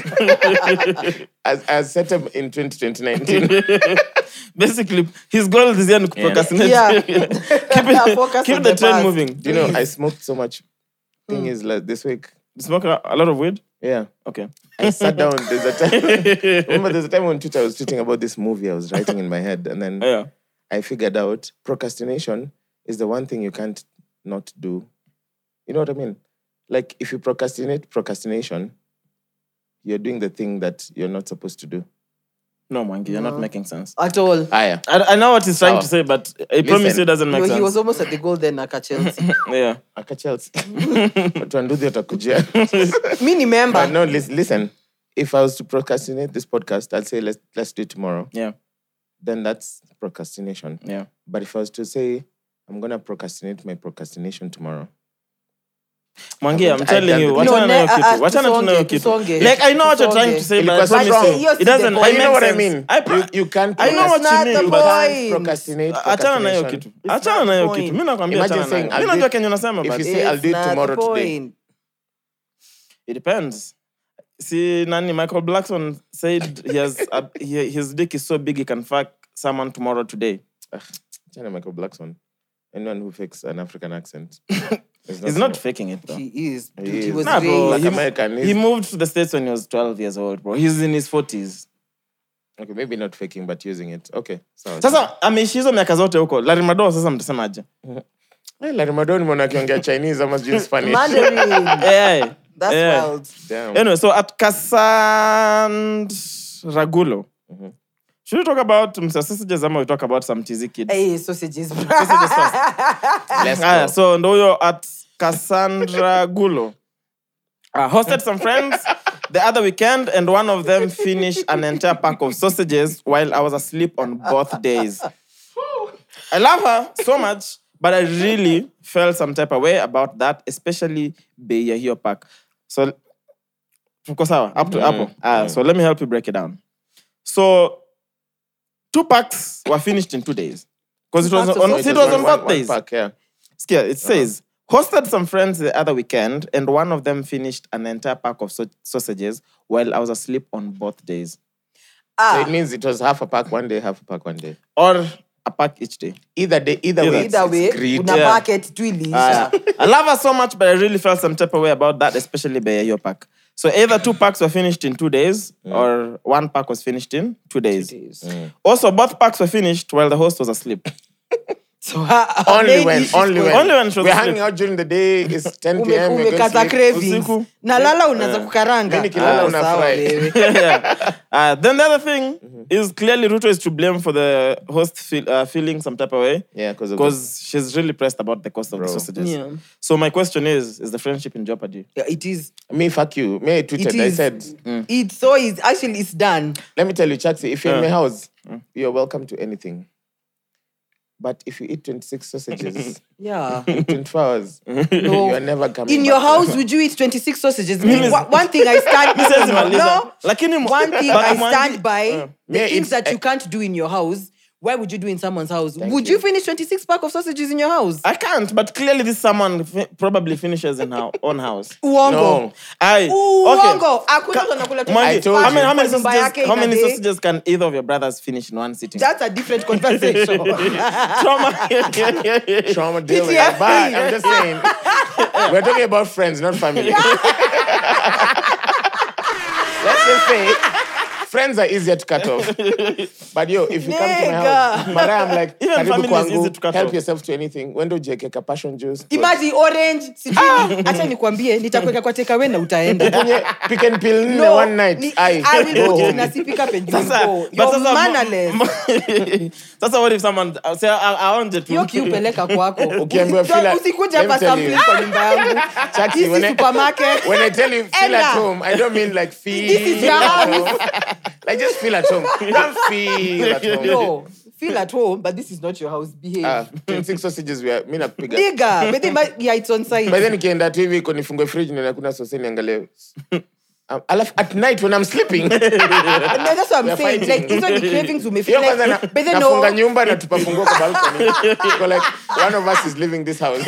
S6: as, as set up in 2019
S7: Basically, his goal this year ni kuprocrastinate.
S5: Yeah.
S7: keep
S5: Focus
S7: it, keep
S5: on
S7: the
S5: the
S7: train
S5: past.
S7: moving.
S6: Do you know i smoked so much thing is like this week
S7: You smoke a, a lot of weed?
S6: yeah
S7: Okay.
S6: I sat down. There's a time. remember, there's a time on Twitter I was tweeting about this movie I was writing in my head, and then
S7: Yeah.
S6: I figured out procrastination is the one thing you can't not do. You know what I mean? Like if you procrastinate procrastination, you're doing the thing that you're not supposed to do.
S7: No, Oh. Mwangi, you're not making sense.
S5: at all.
S6: Ah yeah.
S7: I, I know what he's trying to
S6: Sawa.
S7: say, but I promise
S6: Listen.
S7: you it doesn't make
S5: No, he
S7: sense.
S5: was almost at the goal then, Aka Chelsea.
S7: Yeah.
S6: Aka Chelsea. Watu wa Nduthi watakujia.
S5: Me, remember.
S6: But no, listen, listen. If I was to procrastinate this podcast, I'd say let's let's do it tomorrow.
S7: Yeah.
S6: Then that's procrastination.
S7: Yeah.
S6: But if I was to say I'm gonna procrastinate my procrastination tomorrow,
S7: Mwangi, I'm
S6: I
S7: telling
S6: done
S7: you,
S6: the-
S7: wachana
S5: No,
S7: na hiyo
S5: ne- ah, ah,
S7: kitu. Wachana tu na
S5: tusonge,
S7: hiyo kitu.
S5: tusonge.
S7: Like I know what you're
S5: Tusonge.
S7: trying to say, but
S6: Ilikuwa
S7: I promise
S6: strong.
S7: you,
S5: Yes,
S7: it doesn't.
S5: the
S7: I
S5: point.
S6: you
S7: make
S6: know what I
S7: sense.
S6: mean.
S7: I
S6: you, you can't.
S7: I know what
S6: procrastinate-
S7: you mean,
S5: the
S7: but
S5: point.
S6: can't procrastinate.
S7: achana na hiyo
S6: procrastination.
S7: kitu. Achana na hiyo
S5: point.
S7: kitu. Mimi nakwambia
S6: Imagine
S7: achana na
S6: saying,
S7: hiyo.
S6: I'll
S7: Mimi
S6: do
S7: najua
S6: it-
S7: Kenya unasema,
S6: if
S7: but
S6: you say-
S5: It's
S6: I'll do it
S5: not the
S6: tomorrow today.
S5: point.
S7: it depends. See, Nani Michael Blackson said he has a, he, his dick is so big he can fuck someone tomorrow today.
S6: China Michael Blackson. Anyone who fakes an African accent.
S7: He's not faking it though.
S5: He is. Dude,
S6: He
S5: he,
S6: is.
S5: was
S7: Nah, bro,
S5: raised.
S6: Like
S7: he-
S6: American.
S7: He
S6: he's-
S7: moved to the States when he was 12 years old, bro. He's in his 40s.
S6: okay, maybe not faking, but using it. Okay. Sawa.
S7: Sasa ameishi hizo miaka zote huko. Larry Madowo sasa mtasemaje?
S6: Eh, Larry Madowo nimeona akiongea Chinese ama sijui Spanish.
S5: Mandarin.
S7: Eh.
S5: That's
S7: Yeah.
S5: wild.
S6: Damn.
S7: Anyway, so at Cassand Ragulo,
S5: Mm-hmm.
S7: should we talk about Mr. Sausages ama we talk about some cheesy kid?
S5: Hey, sausages. bro.
S7: Sausages first.
S6: Let's go.
S7: Aya, Ah, so ndo huyo at Cassandra Gulo. Uh, hosted some friends the other weekend and one of them finished an entire pack of sausages while I was asleep on both days. I love her so much, but I really felt some type of way about that, especially Bei ya hiyo pack. So tuko sawa up to hapo.
S6: Mm-hmm.
S7: Ah, so let me help you break it down. So two packs were finished in two days. Because it
S5: Two
S7: was
S5: packs of
S7: on,
S6: So
S5: sausages.
S7: it
S6: was
S7: was
S6: one-
S7: on
S6: one-
S7: both
S6: one
S7: days.
S6: pack, yeah.
S7: Skia, it says, hosted some friends the other weekend, and one of them finished an entire pack of sau- sausages while I was asleep on both days.
S6: So it
S5: Ah,
S6: means it was half a pack one day, half a pack one day.
S7: Or a pack each day.
S6: Either day, either, way.
S5: either
S6: it's- it's
S5: way,
S6: greed.
S5: una
S7: Yeah.
S5: bucket tu
S6: Ah,
S5: iliisha.
S7: I love her so much, but I really felt some type of way about that, especially by your pack. So either two packs were finished in two days, or one pack was finished in Mm. two days. Mm. Also, both packs were finished while the host was asleep.
S5: So, ah, ah,
S6: Only
S5: maybe
S6: when,
S5: she's
S6: only when.
S5: going-
S7: Only when she was
S6: We're
S7: asleep.
S6: hanging out during the day, it's 10
S5: Ume-
S6: p.m. we're going to
S5: umekata
S6: sleep.
S5: cravings.
S7: Usiku.
S5: na lala unaanza kukaranga
S6: Mimi nikilala
S5: Ah, sawa
S6: unafurahi.
S5: wewe.
S7: yeah. Uh, then the other thing is clearly Ruto is to blame for the host feel, uh, feeling some type of way
S6: Yeah, because of the-
S7: because she's really pressed about the cost of the
S6: Bro.
S7: sausages.
S5: Yeah.
S7: So my question is, is the friendship in jeopardy?
S5: Yeah, it is.
S6: me, fuck you. Me, I tweeted.
S5: It
S6: I
S5: is.
S6: said, mm.
S5: It's so it's actually it's done.
S6: let me tell you, Chaxi, if you're in
S7: Yeah.
S6: my house, you're welcome to anything. But if you eat 26 sausages
S5: Yeah.
S6: in 24 hours, you are never coming
S5: In your
S6: back.
S5: house, would you eat 26 sausages?
S7: Mimi-
S5: One one thing I stand
S7: Sasa maliza.
S5: No.
S7: Lakini mu-
S5: One thing
S7: but
S5: I
S7: mwangi-
S5: stand by the
S6: uh, Yeah,
S5: things
S6: it's-
S5: that you can't do in your house. Why would you do in someone's house?
S6: Thank
S5: would you.
S6: you.
S5: finish 26 pack of sausages in your house?
S7: I can't, but clearly this someone fi- probably finishes in her own house.
S5: Uongo.
S7: Aye.
S5: Uongo. Hakuna
S7: Ka-
S5: mtu anakula
S7: Mwangi,
S6: I
S5: 26
S6: told
S7: how
S5: pack
S6: you.
S7: many, how
S5: kwa
S7: many
S5: nyumba yake
S7: sausages, how many
S5: in a day.
S7: sausages can either of your brothers finish in one sitting?
S5: That's a different conversation.
S7: Trauma.
S6: Trauma dealing.
S5: PTSD.
S6: But I'm just saying, we're talking about friends, not family. Let's just say, friends are easier to cut off. But yo, if you come to my house,
S5: Nigga.
S6: but I'm like,
S7: Even
S6: karibu
S7: family is
S6: kwangu,
S7: easy to cut
S6: help
S7: off.
S6: yourself to anything. Wendo jekeka passion juice.
S5: Imagine orange. Sijui.
S6: Ah!
S5: Acha nikwambie nitakuweka kwa takeaway na utaenda.
S6: Kwenye pick and peel nne
S5: No,
S6: one night.
S5: ni-
S6: Aye, Oh,
S5: I will
S6: go
S5: put you
S6: home.
S5: in a sippy cup and you will
S7: Sasa-
S5: go.
S7: but
S5: You're
S7: sasa-
S5: mannerless.
S7: Sasa what if someone uh, say I, I want it.
S5: hiyo kiupeleka kwako
S6: Ukiambiwa
S5: Usi-
S6: feel at-
S5: usikuje
S6: let me
S5: hapa
S6: tell
S5: sampling
S6: you.
S5: kwa nyumba yangu
S6: Chachi,
S5: This is
S6: when I-
S5: supermarket.
S6: When I tell you feel
S5: Ella.
S6: at home, I don't mean like feel.
S5: This is your
S6: at
S5: house.
S6: home. Like just feel at home. Don't feel at home.
S5: no feel at home but this is not your house behave
S6: Ah, 26 sausages were mi napiga
S5: Nigga, but they might- yeah, it's on site.
S6: By then nikienda tu hivi iko nifungue fridge nione hakuna sauce niangalie. Um, alafu at night when I'm sleeping
S5: And that's what I'm
S6: We are
S5: saying.
S6: fighting.
S5: Like, hizo ni cravings umefeel
S6: hiyo
S5: like-
S6: kwanza na,
S5: but then
S6: uh, nafunga
S5: no.
S6: nyumba na tupafunguo kwa balcony. Iko like one of us is leaving this house.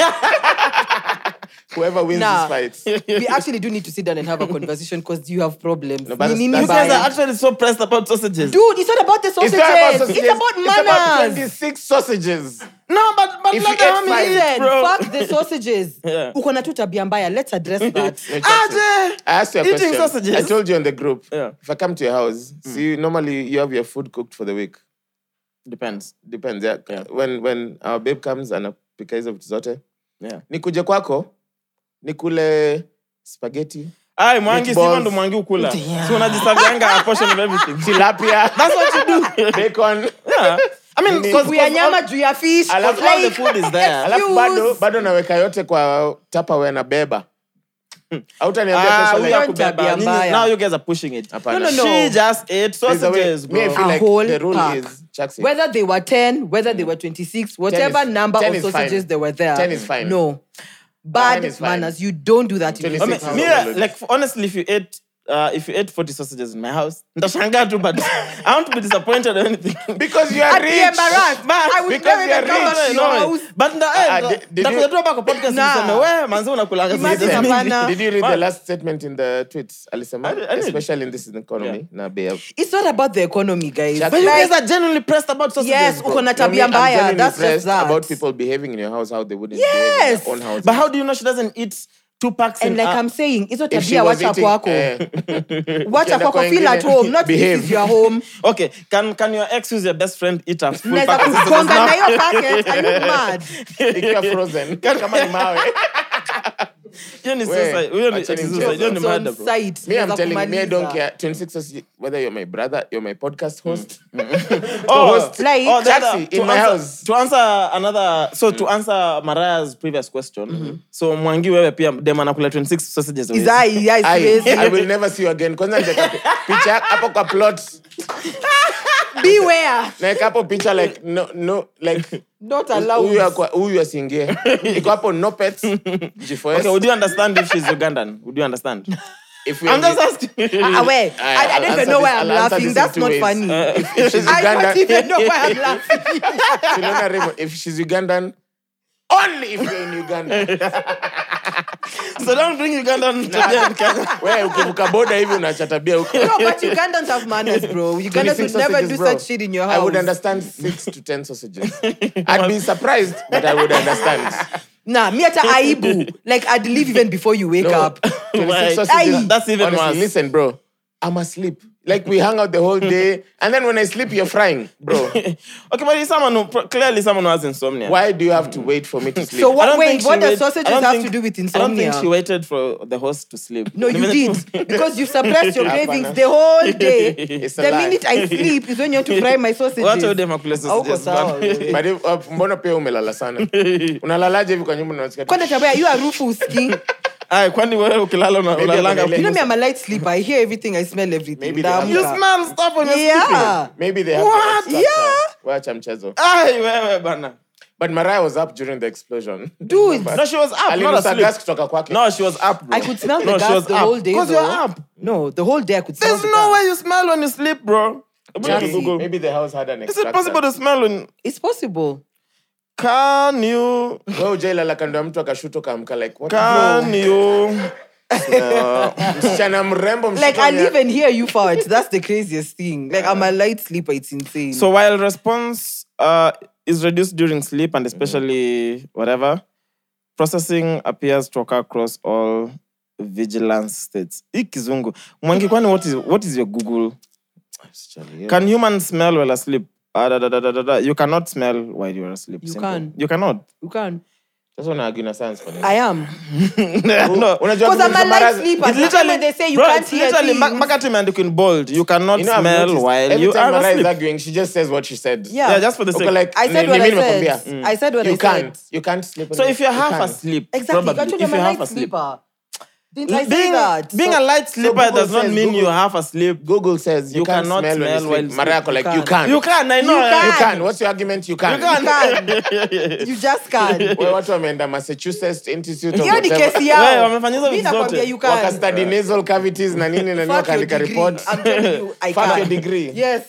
S6: Whoever wins
S5: Nah.
S6: this fight.
S5: We actually do need to sit down and have a conversation because you have problems.
S6: No, but
S5: Ni
S6: that's-
S5: nini
S6: that's-
S7: You guys
S5: ubaya?
S7: are actually so pressed about sausages.
S5: Dude, it's not about the
S6: It's
S5: sausages.
S6: not about sausages.
S5: It's about
S6: It's about
S5: manners.
S6: 26 sausages.
S7: no, but but
S6: If
S7: look
S6: you
S7: at how
S6: ate five-
S7: many-
S5: Listen,
S7: bro.
S5: fuck the sausages.
S7: Yeah.
S5: Uko na tu tabia mbaya. Let's address that.
S7: Aje.
S6: I asked you a
S7: Eating
S6: question.
S7: sausages.
S6: I told you on the group.
S7: Yeah.
S6: If I come to your house, see, normally you have your food cooked for the week.
S7: Depends.
S6: Depends. Yeah.
S7: Yeah.
S6: When when our babe comes anapika hizo vitu zote.
S7: Yeah.
S6: Nikuje kwako, nikule spaghetti,
S7: Aye, Mwangi
S6: Meatballs.
S7: Siva ndo Mwangi ukula. So unajiservianga a portion of everything.
S6: tilapia. That's what you do. Bacon.
S7: Yeah. I mean,
S6: Nini?
S7: because
S5: We are nyama juu ya fish.
S6: I love
S7: all the
S5: Like,
S7: food is there.
S6: Alafu bado
S5: Use.
S6: bado naweka yote kwa tupperware na beba.
S7: Ah,
S6: Hautaniambia
S5: Ah,
S6: kesho
S7: huyo
S6: like,
S5: Don't
S7: hakubeba.
S5: tabia
S7: Nini?
S5: mbaya.
S7: Now you guys are pushing it.
S6: Hapana. No,
S5: no.
S6: no,
S7: She just ate
S6: there's a way.
S7: sausages,
S6: Me, I
S7: bro.
S6: feel
S5: A
S6: like
S5: whole
S6: the rule
S5: pack.
S6: is Chuck's it.
S5: whether they were 10 whether they were 26 whatever
S6: 10 Mm. is-
S5: number
S6: 10
S5: of
S6: is fine.
S5: sausages they were there
S6: 10 is fine.
S5: no
S6: 10
S5: bad
S6: is fine.
S5: manners you don't do that in
S6: 26
S5: your
S6: is
S5: house.
S7: Me,
S6: Yeah.
S7: like honestly, if you ate uh, if you ate 40 sausages in my house, ndashangaa tu, but I won't be disappointed or anything.
S6: Because you are
S5: I'd be
S6: rich.
S5: embarrassed I would
S6: because
S5: never
S6: you are
S5: even come
S6: rich.
S5: to your house
S7: but eh,
S6: Ah, ah, did- did you-
S7: ndakuja tu hapa kwa podcast
S5: Nah.
S7: niseme we manzi unakulanga
S5: Imagine
S7: sausages mingi."
S5: hapana.
S6: Did you read the
S7: Man.
S6: last statement in the tweets, Alisema?
S7: I did- I did.
S6: Especially in this economy.
S7: Yeah.
S6: Na babe.
S5: it's not about the economy guys
S6: But
S7: But you
S5: Like,
S7: guys are genuinely pressed about sausages.
S5: yes
S7: bro.
S5: uko na
S6: No, me,
S5: tabia
S6: I'm
S5: mbaya
S6: genuinely
S5: that's just
S6: impressed
S5: that
S6: about people behaving in your house how they wouldn't behave in
S5: Yes.
S6: their own house.
S7: But how do you know she doesn't eat uh, two packs
S5: and
S7: in
S5: like
S7: a-
S5: i'm saying hizo
S6: uh, If she
S5: tabia
S6: was
S5: wacha
S6: eating,
S5: kwako
S6: eh,
S5: wacha
S6: ukienda
S5: kwako
S6: kwa
S5: feel at
S6: ingine,
S5: home not this
S6: behave.
S5: is your home
S7: Okay, can can your ex who's your best friend eat a full
S5: mnaweza
S7: pack of sausages
S5: kukonga
S7: now?
S5: na hiyo packet are you mad
S6: ikiwa frozen kama ni mawe.
S7: Hiyo ni
S6: We,
S7: suicide. Hiyo ni
S6: acheni
S7: ex
S6: hizo.
S7: suicide. Hiyo ni
S5: It's on
S7: murder, bro.
S5: site.
S6: Me, I'm
S5: Unaweza
S6: telling you, me, I don't
S5: kumaliza. Hmm.
S6: care. 26 is whether you're my brother, you're my podcast host.
S7: Oh,
S6: host.
S5: Like-
S7: oh, the
S6: Taxi
S7: other-
S6: in
S7: to
S6: my
S7: answer-
S6: house.
S7: To answer another, so to
S6: Mm.
S7: answer Mariah's previous question,
S5: Mm-hmm.
S7: so Mwangi wewe pia dem anakula 26 sausages. a week.
S5: Is I- yeah, it's
S6: I,
S5: crazy.
S6: I will never see you again. Kwanza nitaweka pi- picha hapo kwa plot.
S5: beware
S6: Naweka hapo picha like no no like
S5: not
S6: huyu
S5: allowed
S6: akwa- huyu asiingie. Iko hapo no pets. G4S.
S7: Okay, would you understand if she's Ugandan? Would you understand?
S6: if we
S7: I'm
S6: are-
S7: just asking.
S5: aware. Ah, I, I
S6: I'll
S5: don't
S6: answer
S5: even know
S6: this-
S5: why I'm
S6: I'll answer this
S5: laughing.
S6: in
S5: That's
S6: two
S5: not
S6: ways. Uh,
S5: funny.
S6: if, if she's
S5: I don't
S6: Ugandan,
S5: even know why I'm laughing.
S6: Tunaona Raymond, if she's Ugandan, only if you're in Uganda.
S7: so don't bring Ugandan to the
S6: Wewe ukivuka boda hivi unaacha tabia huko.
S5: no, but Ugandans have manners, bro. Ugandans
S6: 26
S5: would never
S6: sausages,
S5: do
S6: bro.
S5: such shit in your house.
S6: I would understand six to ten sausages. I'd be surprised, but I would understand.
S5: Nah, me at aibu. Like I'd leave even before you wake
S6: No,
S5: up.
S6: 26
S7: Why?
S6: sausages.
S7: That's even
S6: Honestly,
S7: worse.
S6: Listen, bro. I'm asleep. Like we hung out the whole day, and then when I sleep, you're frying, bro.
S7: okay, but he's someone who pro- clearly someone who has insomnia.
S6: Why do you have to wait for me to sleep?
S5: So
S7: I
S5: what?
S7: don't think
S5: Wait,
S7: she
S5: what does
S7: wait-
S5: sausages
S7: I don't
S5: have
S7: think-
S5: to do with
S7: I don't
S5: insomnia?
S7: think she waited for the host to sleep.
S5: no, you
S7: The minute-
S5: did because you suppressed your cravings the whole day.
S6: It's a
S5: the
S6: lie.
S5: minute I sleep is when you want to fry my sausages.
S7: Wacha udema kule sausages,
S5: Hauko sawa,
S7: man.
S5: wewe.
S6: But if- uh, mbona pia umelala sana unalalaje hivi kwa nyumba unasikia tu-
S5: Kwanza tabaya, you are ruthless, king.
S7: Ay, kwani wewe ukilala una-
S6: Maybe
S7: unalalanga
S6: amelala.
S5: You know me,
S7: kunusa?
S5: I'm a light sleeper. I hear everything, I smell everything.
S6: Maybe they have
S5: Ndaamka.
S6: that.
S7: Smell stuff when you're
S5: Yeah.
S6: maybe they have
S7: What?
S6: that structure. wacha mchezo
S7: Ay, wewe bana.
S6: but mariah was up during the explosion
S5: Dude,
S7: No, she was up, not
S6: alinusa
S7: asleep.
S6: gas kutoka kwake
S7: No, she was up. Bro.
S5: I could smell the
S7: no, she
S5: gas
S7: was
S5: the
S7: up.
S5: whole day.
S7: Because
S5: though.
S7: you're up.
S5: No, the whole day I could smell
S7: There's
S5: the
S7: no
S5: gas.
S7: way you smell when you sleep, bro. I'm going to
S6: Maybe-
S7: Google.
S6: maybe the house had an
S7: Is it possible to smell when?
S5: It's possible.
S7: Can you?
S6: wewe ujailala kando ya mtu akashuto kamka like what
S7: Can you?
S6: msichana mrembo
S5: Like,
S6: mshito
S5: I
S6: ni-
S5: live and hear you fart. That's the craziest thing. Like, I'm a light sleeper. It's insane.
S7: So while response uh, is reduced during sleep and especially whatever, processing appears to occur across all vigilance states. Hii kizungu. Mwangi, kwani what is what is your Google?
S6: Msichana, yeah.
S7: Can humans smell while asleep? Ah, da, da, da, da, da, da. You cannot smell while you are asleep.
S5: You
S7: Simple.
S5: can.
S7: You cannot.
S5: you can.
S6: Sasa una argue na science kwa nini?
S5: I am.
S7: no.
S6: Oh, Unajua
S5: Because I'm
S6: kuna
S5: a light
S6: marazi-
S5: sleeper.
S7: It's
S5: Literally, when they say you
S7: bro,
S5: can't
S7: it's
S5: hear
S7: literally
S5: things.
S7: Makati Manduk in bold. You cannot
S6: You know, I've
S7: smell
S6: noticed,
S7: while
S6: every
S7: you
S6: time
S7: are
S6: Mariah is
S7: asleep.
S6: arguing, she just says what she said.
S5: Yeah.
S7: Yeah, just for the
S6: Okay,
S7: sake.
S6: like,
S5: I said
S6: ni-
S5: what
S6: ni
S5: I
S6: mimi nimekwambia.
S5: said. Mm. I said what
S6: Mm. you
S5: I
S6: can't.
S5: said.
S6: You can't sleep. on
S7: so
S6: it.
S7: if you're
S6: You
S7: half
S6: can't.
S7: asleep,
S5: Exactly.
S7: probably,
S5: Actually,
S7: if
S5: I'm a
S7: you're half
S5: light
S7: asleep,
S5: sleeper. Didn't I
S7: being,
S5: say that?
S7: being
S5: So-
S7: a light sleeper
S6: Google
S7: does not
S6: says
S7: mean
S6: Google-
S7: you're half asleep.
S6: Google says you,
S7: You
S6: can't
S7: cannot
S6: smell, when you
S7: smell while you
S6: sleep.
S7: sleep.
S6: Mariah, like
S5: You
S6: you
S5: can't.
S6: can't.
S7: You can, I know. eh?
S6: You
S5: can't.
S6: can. What's your argument? You can.
S5: you can. you just can.
S6: Wewe watu wameenda Massachusetts Institute of
S5: Hiyo ni
S6: whatever.
S5: kesi
S7: Wewe,
S5: yao.
S7: wamefanya hizo
S5: Mimi
S7: vitu
S5: nakwambia
S7: zote.
S5: you can.
S6: Wakastudy nasal cavities na nini na nini
S5: Fuck your
S6: wakaandika
S5: degree.
S6: report
S5: I'm "Ah." telling you, I
S6: Fuck
S5: can.
S6: your degree.
S5: Yes.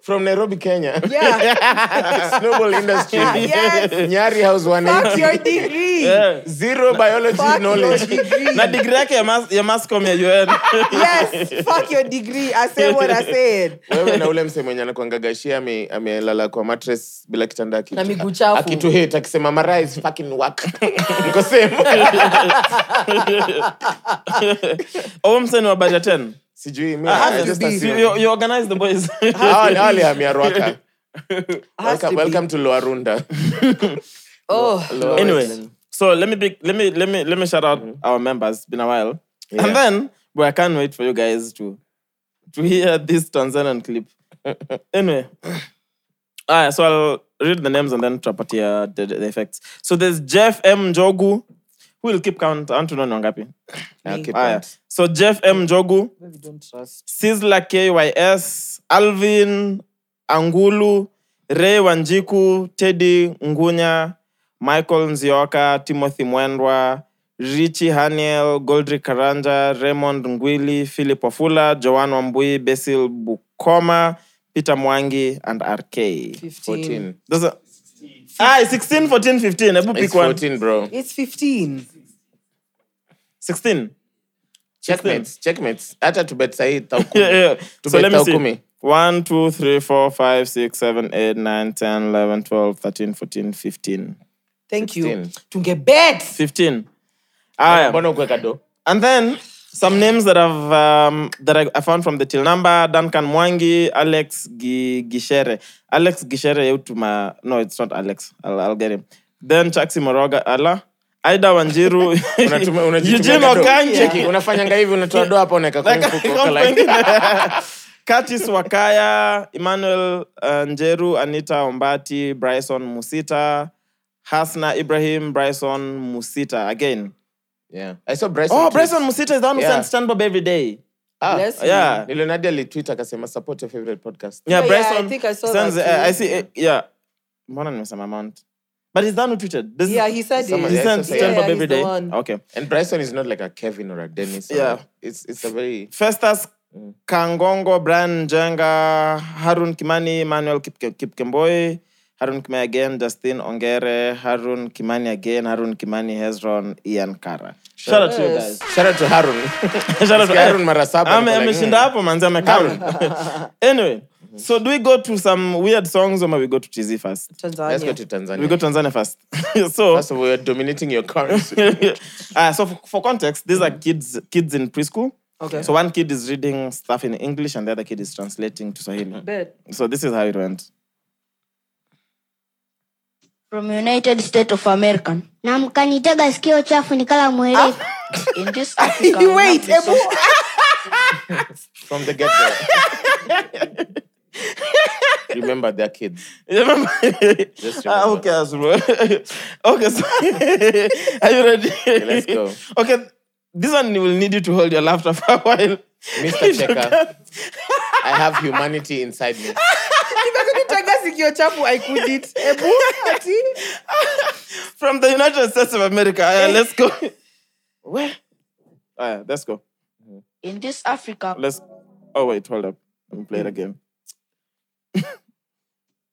S6: from Nairobi, Kenya.
S5: Yeah.
S6: Snowball industry.
S5: yes.
S6: Nyari House
S5: Fuck
S6: 180.
S5: your degree.
S7: Yeah.
S6: Zero biology
S5: Fuck your
S6: knowledge.
S5: degree.
S7: Na degree yake ya mas- ya mascom ya UN.
S5: yes. Fuck your degree. I said what I said.
S6: wewe na ule mse mwenye anakuangagashia ame- amelala kwa mattress bila kitanda aki-
S5: Na miguu chafu.
S6: akitu hate akisema "Mariah is fucking whack." Niko same.
S7: Owo msee ni wa Barrier 10.
S6: sijui mi-
S7: Ah,
S6: I just
S7: you,
S6: assume.
S7: you- you organize the boys.
S6: Hawa ni wale hamia Ruaka.
S5: Has to
S6: Welcome-
S5: be.
S6: welcome to Loarunda.
S5: Oh.
S6: Lower West.
S7: anyway, so let me be, let me let me let me shout out our members. It's been a while,
S6: Yeah.
S7: and then well, I can't wait for you guys to to hear this Tanzanian clip. anyway, alright, so I'll read the names and then trapatia the, the effects. So there's Jeff M Jogu, who will keep count. I want to know ni wangapi.
S6: Okay,
S7: Aya.
S6: point.
S7: So Jeff M Jogu,
S5: We don't trust.
S7: Sizzla KYS, Alvin Angulu, Ray Wanjiku, Teddy Ngunya, Michael Nzioka, Timothy Mwendwa, Richie Haniel, Goldrick Karanja, Raymond Ngwili, Philip Ofula, Joan Wambui, Basil Bukoma, Peter Mwangi, and RK.
S5: 15.
S6: 14.
S7: Those are, ah, 16, 14, 15. Ebu
S6: It's
S7: pick one.
S6: 14, bro.
S5: It's 15.
S7: 16.
S6: Checkmates, checkmates. Hata tubet sahi tauku.
S7: yeah, yeah.
S6: To
S7: So
S6: bet
S7: let me
S6: au
S7: see.
S6: kumi.
S7: 1, 2, 3, 4, 5, 6, 7, 8, 9, 10, 11, 12, 13, 14, 15.
S5: Thank you.
S6: 16.
S5: Tunge bet.
S7: 15. Ah, yeah.
S6: Mbona ukuweka do?
S7: And then some names that I've um, that I, I found from the till number Duncan Mwangi, Alex Gi- Gishere. Alex Gishere out to my no, it's not Alex. I'll, I'll get him. Then Chaksi Moroga Allah. Aida Wanjiru,
S6: Unatuma- unajitumia
S7: Eugene
S6: kado.
S7: Okanji,
S6: Cheki, unafanyanga hivi unatoa do hapa unaweka kwenye
S7: Like,
S6: mfuko, uko
S7: come
S6: like-
S7: pengine. Curtis Wakaya, Emmanuel uh, Njeru, Anita Ombati, Bryson Musita, Hasna Ibrahim, Bryson Musita again.
S6: Yeah. I saw Bryson
S7: Oh,
S6: tweet.
S7: Bryson Musita is the one who
S6: Yeah.
S7: sends stand up every day.
S6: Ah,
S5: Bless you.
S7: Yeah. Yeah,
S6: Leonardo alitweet akasema support your favorite podcast.
S5: Oh, Yeah, yeah,
S7: Bryson.
S5: I think I saw
S7: sends,
S5: that
S7: uh,
S5: too.
S7: I see, uh, yeah. Mbona nimesema amount? But he's the one who tweeted. This is-
S5: Yeah, he said
S6: Someone-
S5: it.
S7: he
S6: Yeah,
S7: sends
S6: so-
S7: stand
S5: yeah,
S7: up
S5: he's
S7: every
S5: the
S7: day.
S5: one.
S7: Okay.
S6: And Bryson is not like a Kevin or a Dennis. or-
S7: Yeah.
S6: It's it's a very
S7: Festus Kangongo, Brian Jenga, Harun Kimani, Manuel Kip- Kipkemboi, Harun Kimani again, Justin Ongere, Harun Kimani again, Harun Kimani, Hezron, Ian Kara. Shout out to you guys.
S5: Yes.
S6: shout out to Harun.
S7: Shout out to
S6: Sikia Harun mara saba
S7: Ame-
S6: niko like, mm,
S7: ameshinda hapo manzi amekam. anyway, so do we go to some weird songs or may we go to cheesy first?
S6: Let's go
S5: Tanzania.
S6: to Tanzania.
S7: We go to Tanzania first. so
S6: First of all, you're dominating your currency.
S7: Ah, uh, so for, for context, these are kids kids in preschool
S5: Okay.
S7: So one kid is reading stuff in English and the other kid is translating to Swahili.
S5: Bet.
S7: So this is how it went.
S9: from United States of America. Ah.
S10: namkanitega sikio chafu nikala mwele
S9: In this Africa, we
S5: Wait,
S9: have the
S5: Ebu.
S9: soft-
S6: From the get go. Remember, they're kids.
S7: Just
S6: remember.
S7: Ah, okay, as well. okay, so are you ready?
S6: let's go.
S7: Okay, this one will need you to hold your laughter for a while.
S6: Mr. Checker, I have humanity inside me.
S5: Nimekututaga sikio chafu, I couldn't. Ebu, ati.
S7: From the United States of America. Uh, let's go. Where? Uh, let's go.
S9: in this Africa,
S7: Let's. Oh wait, hold up. Let me play it
S6: Mm.
S7: again.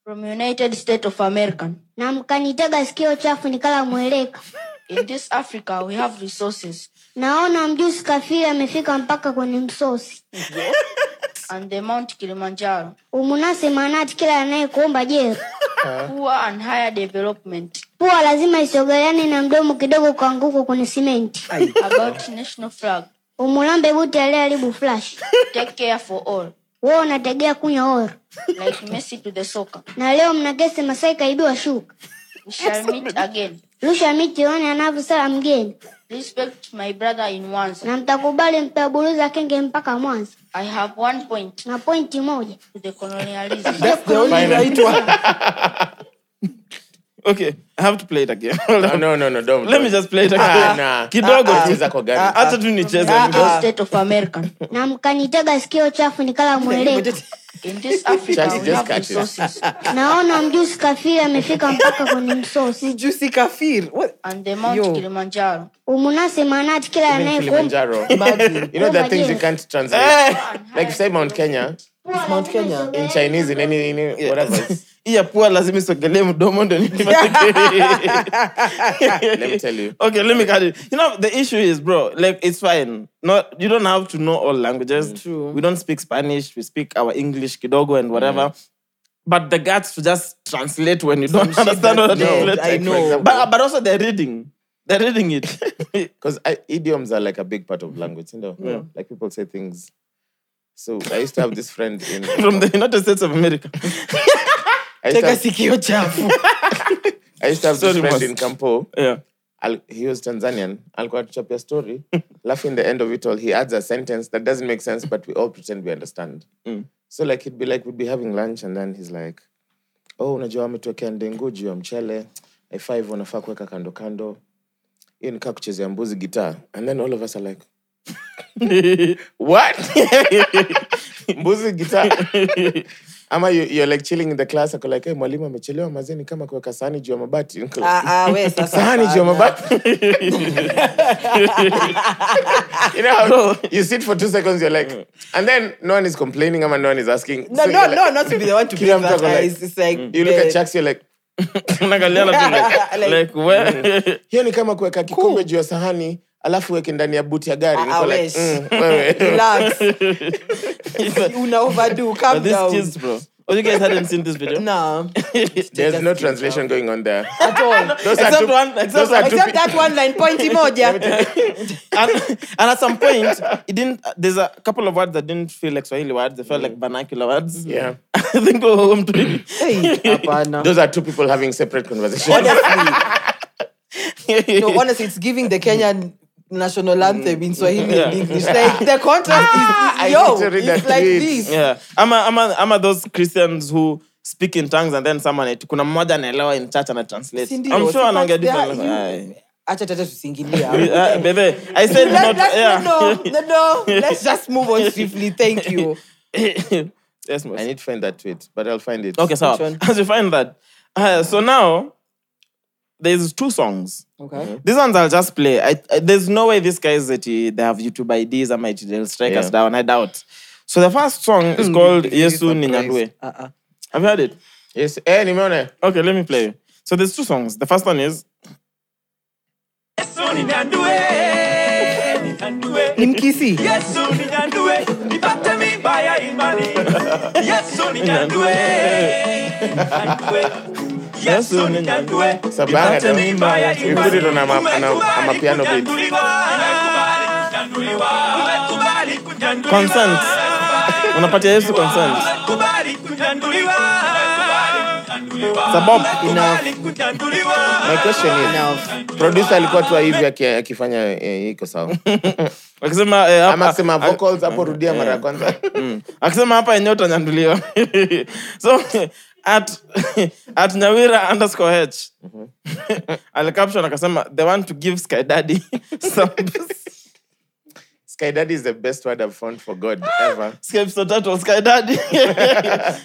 S9: from United States of America.
S10: na mkanitega sikio chafu nikala mweleka
S9: In this Africa, we have resources,
S10: naona mjusi kafiri amefika mpaka kwenye msosi
S9: and the Mount Kilimanjaro,
S10: umunase manati kila anayekuomba jeri
S9: poor and higher development.
S10: pua lazima isogeleane na mdomo kidogo kuanguka kwenye simenti
S9: About national flag,
S10: umulambe buti aliyeharibu flash
S9: take care for all,
S10: wewe unategea kunywa oro
S9: like Messi to the soccer.
S10: na leo mnagese masai kaibiwa shuka
S9: We shall meet again.
S10: rusha miti one anavyosala mgeni
S9: Respect my brother in Wanza.
S10: na mtakubali mtaburuza kenge mpaka mwanza
S9: I have one point
S10: na pointi moja
S9: to the colonialism.
S5: That's the only right one.
S7: Okay, I have to play it again. Hold
S6: No,
S7: on.
S6: no, no, no, don't.
S7: Let me just play it again.
S6: nah.
S7: Kidogo.
S6: Ah, ah. Cheza kwa gari.
S7: Ah, Acha tu nicheze.
S9: In
S6: ah,
S9: the state of America.
S10: na mkanitega sikio chafu nikala mweleka
S9: In this Africa,
S6: Just-
S9: we
S6: just
S9: have
S6: cut it.
S9: resources,
S10: naona mjusi kafiri amefika mpaka kwenye msosi
S5: Mjusi kafir. What?
S9: and the Mount
S5: Yo.
S9: Kilimanjaro,
S10: umunase manati kila
S6: Even
S10: anayekuomba
S6: Kilimanjaro.
S5: Imagine.
S6: You know, there are things you can't translate.
S7: Eh.
S6: Like, say Mount Kenya
S5: Mount Kenya.
S6: in Chinese, in any, in any whatever.
S7: Iya pua lazima isogelee mdomo ndo nipatikane.
S6: Let me tell you.
S7: Okay, let me cut it. You know, the issue is, bro, like it's fine. No, you don't have to know all languages.
S6: Mm.
S5: True.
S7: We don't speak Spanish. We speak our English, kidogo, and whatever.
S6: Mm.
S7: But the guts to just translate when you don't understand what
S5: that's
S7: translate.
S5: dead, I know.
S7: But, but also they're reading. They're reading it.
S6: Because uh, idioms are like a big part
S7: Mm.
S6: of language, you know? Like, people say things. So, I used to have this friend in.
S7: From the United States of America.
S6: I used to
S5: Tega
S6: have,
S5: sikio chafu.
S6: I used to have this
S7: Sorry,
S6: friend
S7: boss.
S6: in Campo.
S7: Yeah.
S6: Al- he was Tanzanian. Alikuwa anatuchapia story. Laughing the end of it all, he adds a sentence that doesn't make sense, but we all pretend we understand. So like he'd be like, we'd be having lunch, and then he's like, oh, unajua wametuwekea ndengu juu ya mchele. I5 wanafaa kuweka kando kando. Hiyo nikaa kuchezea mbuzi gitaa. And then all of us are like, what? mbuzi gitaa. Ama you, you're like chilling in the class, ako like, hey, mwalimu amechelewa mazeni kama kuweka sahani juu ya mabati. Niko like,
S5: Ah, ah, we sasa.
S6: sahani juu ya
S5: sana.
S6: mabati. you know how you sit for two seconds, you're like, and then no one is complaining, and no one is asking.
S5: No,
S6: So
S5: no,
S6: you're like-
S5: no, not to be the one to be
S6: Kila mtu
S5: that
S6: ako like-
S5: eyes. It's like
S6: Mm. You look at
S5: the-
S6: Chucks, you're like,
S7: Unaangalia na tu like,
S5: Like-
S7: like, where?
S6: hiyo ni kama kuweka kikombe juu ya sahani alafu weke ndani ya buti ya gari.
S5: Ah,
S6: Niko
S5: ah,
S6: like,
S5: wesh.
S6: mm, wewe.
S5: Relax. Una overdo. Calm
S7: But this
S5: down.
S7: kids, bro. Oh, you guys hadn't seen this video?
S5: No.
S6: There's no translation going on there.
S5: At all.
S6: Those are
S7: Except
S6: two,
S7: one, except
S6: those are two
S5: Except
S6: pe-
S5: that one line. Pointy moja.
S7: and, and at some point, it didn't. There's a couple of words that didn't feel like Swahili words. They felt like vernacular words.
S6: Yeah.
S7: I think go home to it.
S5: Hey, hapana.
S6: Those are two people having separate conversations.
S5: honestly, no, honestly, it's giving the Kenyan national anthem in Swahili
S7: Yeah.
S5: and English. Like the contrast is, is
S6: need to
S5: yo,
S6: read
S5: it's
S6: that
S5: like
S6: tweet.
S5: this.
S7: yeah. Ama, ama, ama those Christians who speak in tongues and then someone it, kuna mmoja anaelewa in church and translate.
S5: Si ndio?
S7: I'm sure
S5: Si
S7: anaongea
S5: that's
S7: different.
S5: there,
S7: language.
S5: Acha tata tusingilia.
S7: Aye. Ah, Bebe, I said
S5: Let,
S7: not.
S5: let's,
S7: yeah.
S5: no, no, no, let's just move on swiftly. Thank you.
S7: yes, boss.
S6: I need to find that tweet, but I'll find it.
S7: Okay, so
S5: Which one?
S7: as you find that, uh, so now there's two songs.
S5: Okay.
S7: These ones I'll just play. I, I- there's no way these guys that uh, they have YouTube IDs. I might they'll strike us
S6: Yeah.
S7: down. I doubt. So the first song is called Yesu Ninyandue.
S5: Uh-uh.
S7: Have you heard it?
S6: Yes. Eh, nimeona.
S7: Okay, let me play. So there's two songs. The first one is
S5: Nimkisi.
S7: Yesu Ninyandue.
S6: Sabanga. We put it on a, ma- on a, on a piano beat.
S7: consent unapatia yesu consent sababu
S6: My question is, producer alikuwa tu hivi aki- akifanya eh, iko sawa.
S7: akisema eh,
S6: Ama
S7: hapa, Mm.
S6: akisema vocals hapo rudia mara ya kwanza.
S7: akisema hapa yenyewe utanyanduliwa so at, at nyawira underscore h alicaption akasema they want to give sky daddy some
S6: Sky Daddy is the best word I've found for God ever.
S7: Skype so that was Sky Daddy.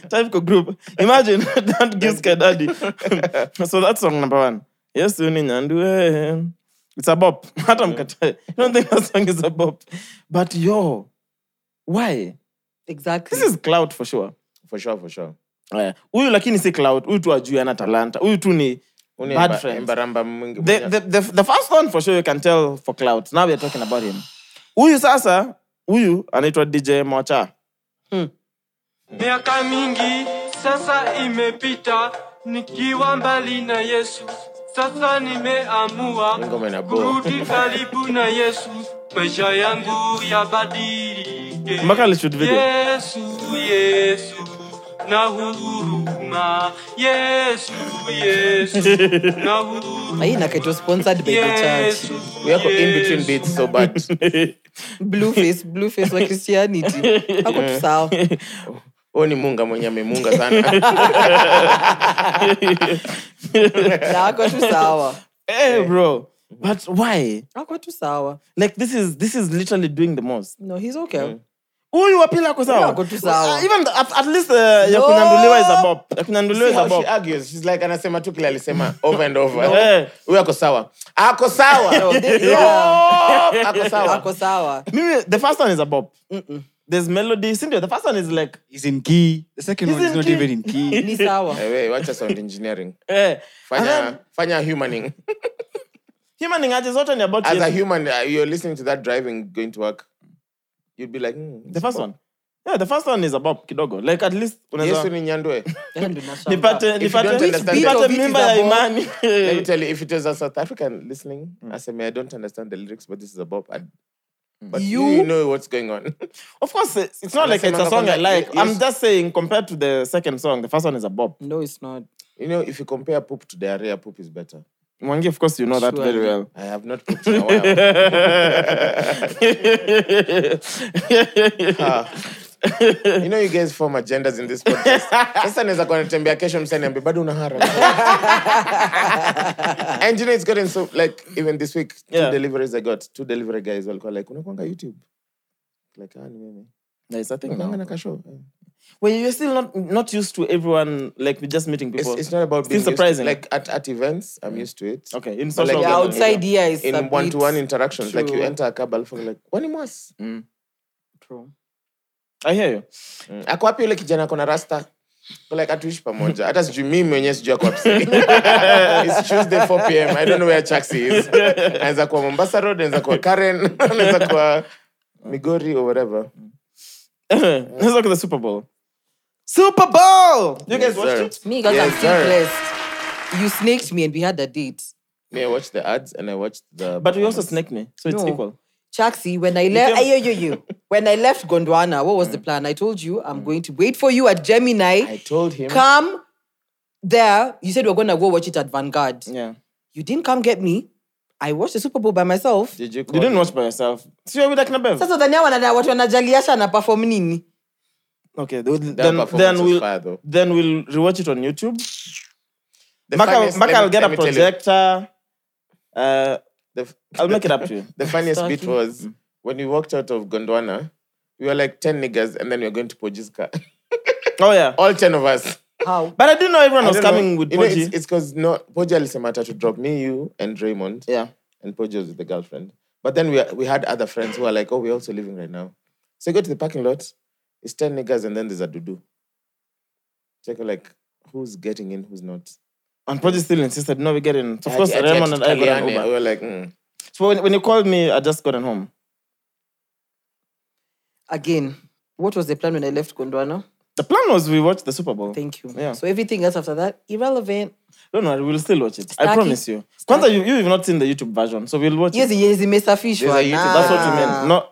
S7: Type of group. Imagine that gives Sky Daddy. so that's song number one. Yes, you need and It's a bop. Hata mkatae. I don't think that song is a bop. But yo, why?
S5: Exactly.
S7: This is clout for sure.
S6: For sure, for sure.
S7: Aya. Huyu lakini si clout. Huyu tu ajui ana talanta. Huyu tu ni
S6: Uni
S7: Bad
S6: emba-
S7: friends.
S6: embaramba mwingi.
S7: the, the, the, the first one for sure you can tell for clout. Now we are talking about him. Huyu sasa, huyu anaitwa DJ Mocha.
S11: miaka mingi sasa imepita nikiwa mbali na yesu sasa nimeamua
S6: Ngoma inaboa.
S11: kurudi karibu na yesu maisha yangu yabadilike
S7: Mpaka alishoot video.
S11: yesu yesu na huruma yesu yesu na huruma
S5: Na hii inaitwa sponsored by the church.
S11: yesu
S6: We are in between beats so bad.
S7: Eh,
S5: Blueface, Blueface wa Christianity. Hako tu sawa.
S6: Huyu ni munga mwenye amemunga sana.
S5: Na hako tu sawa.
S7: Hey, bro. But why?
S5: Hako tu sawa.
S7: like this is this is literally doing the most
S5: No, he's okay.
S7: huyu wapili ako sawa
S5: Ako tu sawa.
S7: Uh, even the- at, at least uh, ya kunyanduliwa is a bop ya kunyanduliwa
S6: See
S7: is a
S6: how she
S7: bop
S6: argues. She's like anasema tu kile alisema over and over.
S7: Eh,
S6: Huyu ako sawa. Ako
S5: Oh,
S6: sawa.
S5: Yeah.
S6: Ako sawa.
S5: Hako sawa.
S7: mimi the first one is a bop there's melody sindio the first one is like
S8: He's in key. The second
S7: Oh, He's
S8: one is
S7: in
S8: not
S7: key.
S8: even in key.
S5: Ni sawa.
S6: Eh, we, wacha sound engineering.
S7: eh,
S6: Fanya fanya humaning.
S7: human ingaje zote ni about
S6: As a
S7: Yesu.
S6: human, uh, you're listening to that driving going to work. You'd be like, mm,
S7: the first one yeah the first one is a bop kidogo like at least
S6: Yesu
S7: unaweza
S6: ni nyandwe.
S5: Yaani tunashamba.
S7: nipate
S6: If you don't
S7: nipate
S6: understand
S7: nipate
S5: it,
S7: mimba
S5: it is a
S7: ya
S5: bop.
S7: imani
S6: Let me tell you, if it was a South African listening, I say, "Man, I don't understand the lyrics, but this is a bop. I, but you,
S7: You-
S6: know what's going on.
S7: of course it's not like it's a song I like I'm just saying compared to the second song the first one is a bop
S5: No, it's not.
S6: you know, if you compare poop to diarrhea, poop is better.
S7: Mwangi of course you know that very
S5: Surely.
S7: well
S6: I have not pooped in a while. Ah. you know, you guys form agendas in this podcast. Sasa naweza kuwa natembea kesho msaniambe bado una hara. And you know it's gotten so like even this week two
S7: Yeah.
S6: deliveries I got two delivery guys walikuwa like unakwanga YouTube. Like ah ni mimi.
S7: Nice, I think
S6: Unakwanga
S7: now.
S6: na kashow. Eh.
S7: Well, you're still not not used to everyone like just meeting
S6: It's,
S7: people.
S6: it's not about being
S7: Still
S6: used to-
S7: surprising.
S6: like at, at events I'm used to it.
S7: okay, in
S6: But
S7: social
S6: like
S5: Yeah,
S7: gathering.
S5: outside here is a
S6: in
S5: bit-
S6: one to one interactions. Like you
S5: True.
S6: enter a cab alafu like wani mwas.
S7: Mm.
S5: True.
S7: I hear you.
S6: Mm. Ako wapi yule kijana kona rasta? Ko Like atuishi pamoja. Hata sijui mimi mwenyewe sijui ako wapi. sahii. It's Tuesday 4 pm. I don't know where Chaxi is. Anaweza kuwa Mombasa Road, anaweza kuwa Karen, anaweza kuwa Migori or whatever.
S7: Let's look at the Super Bowl. Super Bowl. You guys
S6: Yes,
S7: watched
S6: sir.
S7: it?
S5: Me, guys,
S6: Yes,
S5: I'm still
S6: sir.
S5: blessed. You snaked me and we had a date.
S6: Me, I watched the ads and I watched the
S7: But we also snaked me, so it's
S5: No.
S7: equal.
S5: Chaxi, when I left,
S7: came-
S5: yo, yo, yo. When I left Gondwana, what was the plan? I told you I'm going to wait for you at
S6: I
S5: Gemini.
S6: told him
S5: Come there. You said we are gonna go watch it at Vanguard.
S7: Yeah.
S5: You didn't come get me. I watched the Super Bowl by myself.
S6: did you call
S7: You didn't
S6: him?
S7: watch by yourself. See, you're with Aknabev.
S5: Sasa dhania wana watu wanajaliasha na perform nini?
S7: Okay. th-
S6: That
S7: Then
S6: performance
S7: then
S6: was
S7: we'll
S6: fire, though.
S7: then we'll rewatch it on YouTube.
S6: The
S7: Maka
S6: funniest-
S7: Maka,
S6: let
S7: I'll
S6: me-
S7: get
S6: let
S7: a
S6: me tell you,
S7: projector. Uh,
S6: the f-
S7: I'll make it up to you.
S6: The funniest bit
S5: Stalking.
S6: was
S7: Mm.
S6: when we walked out of Gondwana, we were like 10 niggas and then we were going to Pojiska.
S7: Oh yeah.
S6: All 10 of us.
S5: How?
S7: But I didn't know everyone
S6: I
S7: was
S6: don't know.
S7: coming with
S6: You know,
S7: Poji.
S6: it's- It's because no, Poji alisema ata to drop me, you, and Raymond.
S7: Yeah.
S6: And Poji was with the girlfriend. But then we, we had other friends who are like, oh, we're also leaving right now. So you go to the parking lot, it's 10 niggas, and then there's a dudu. So you're like, who's getting in, who's not?
S7: And Poji still insisted, no, we get in. So of course,
S6: Ati- ati-
S7: Raymond and I got an
S6: Kaliani,
S7: Uber.
S6: We were like, mm.
S7: So when, when you called me, I just gotten home.
S5: Again, what was the plan when I left Gondwana?
S7: The plan was we watch the Super Bowl.
S5: Thank you.
S7: Yeah.
S5: So everything else after that irrelevant.
S7: Don't worry, we'll still watch it. I
S5: Snarky.
S7: promise you. Kwanza, you, you've not seen the YouTube version, so we'll watch
S5: Yes, ah.
S7: it.
S5: yes, imesafishwa.
S6: There's a YouTube-
S5: Nah.
S7: That's what you meant. No,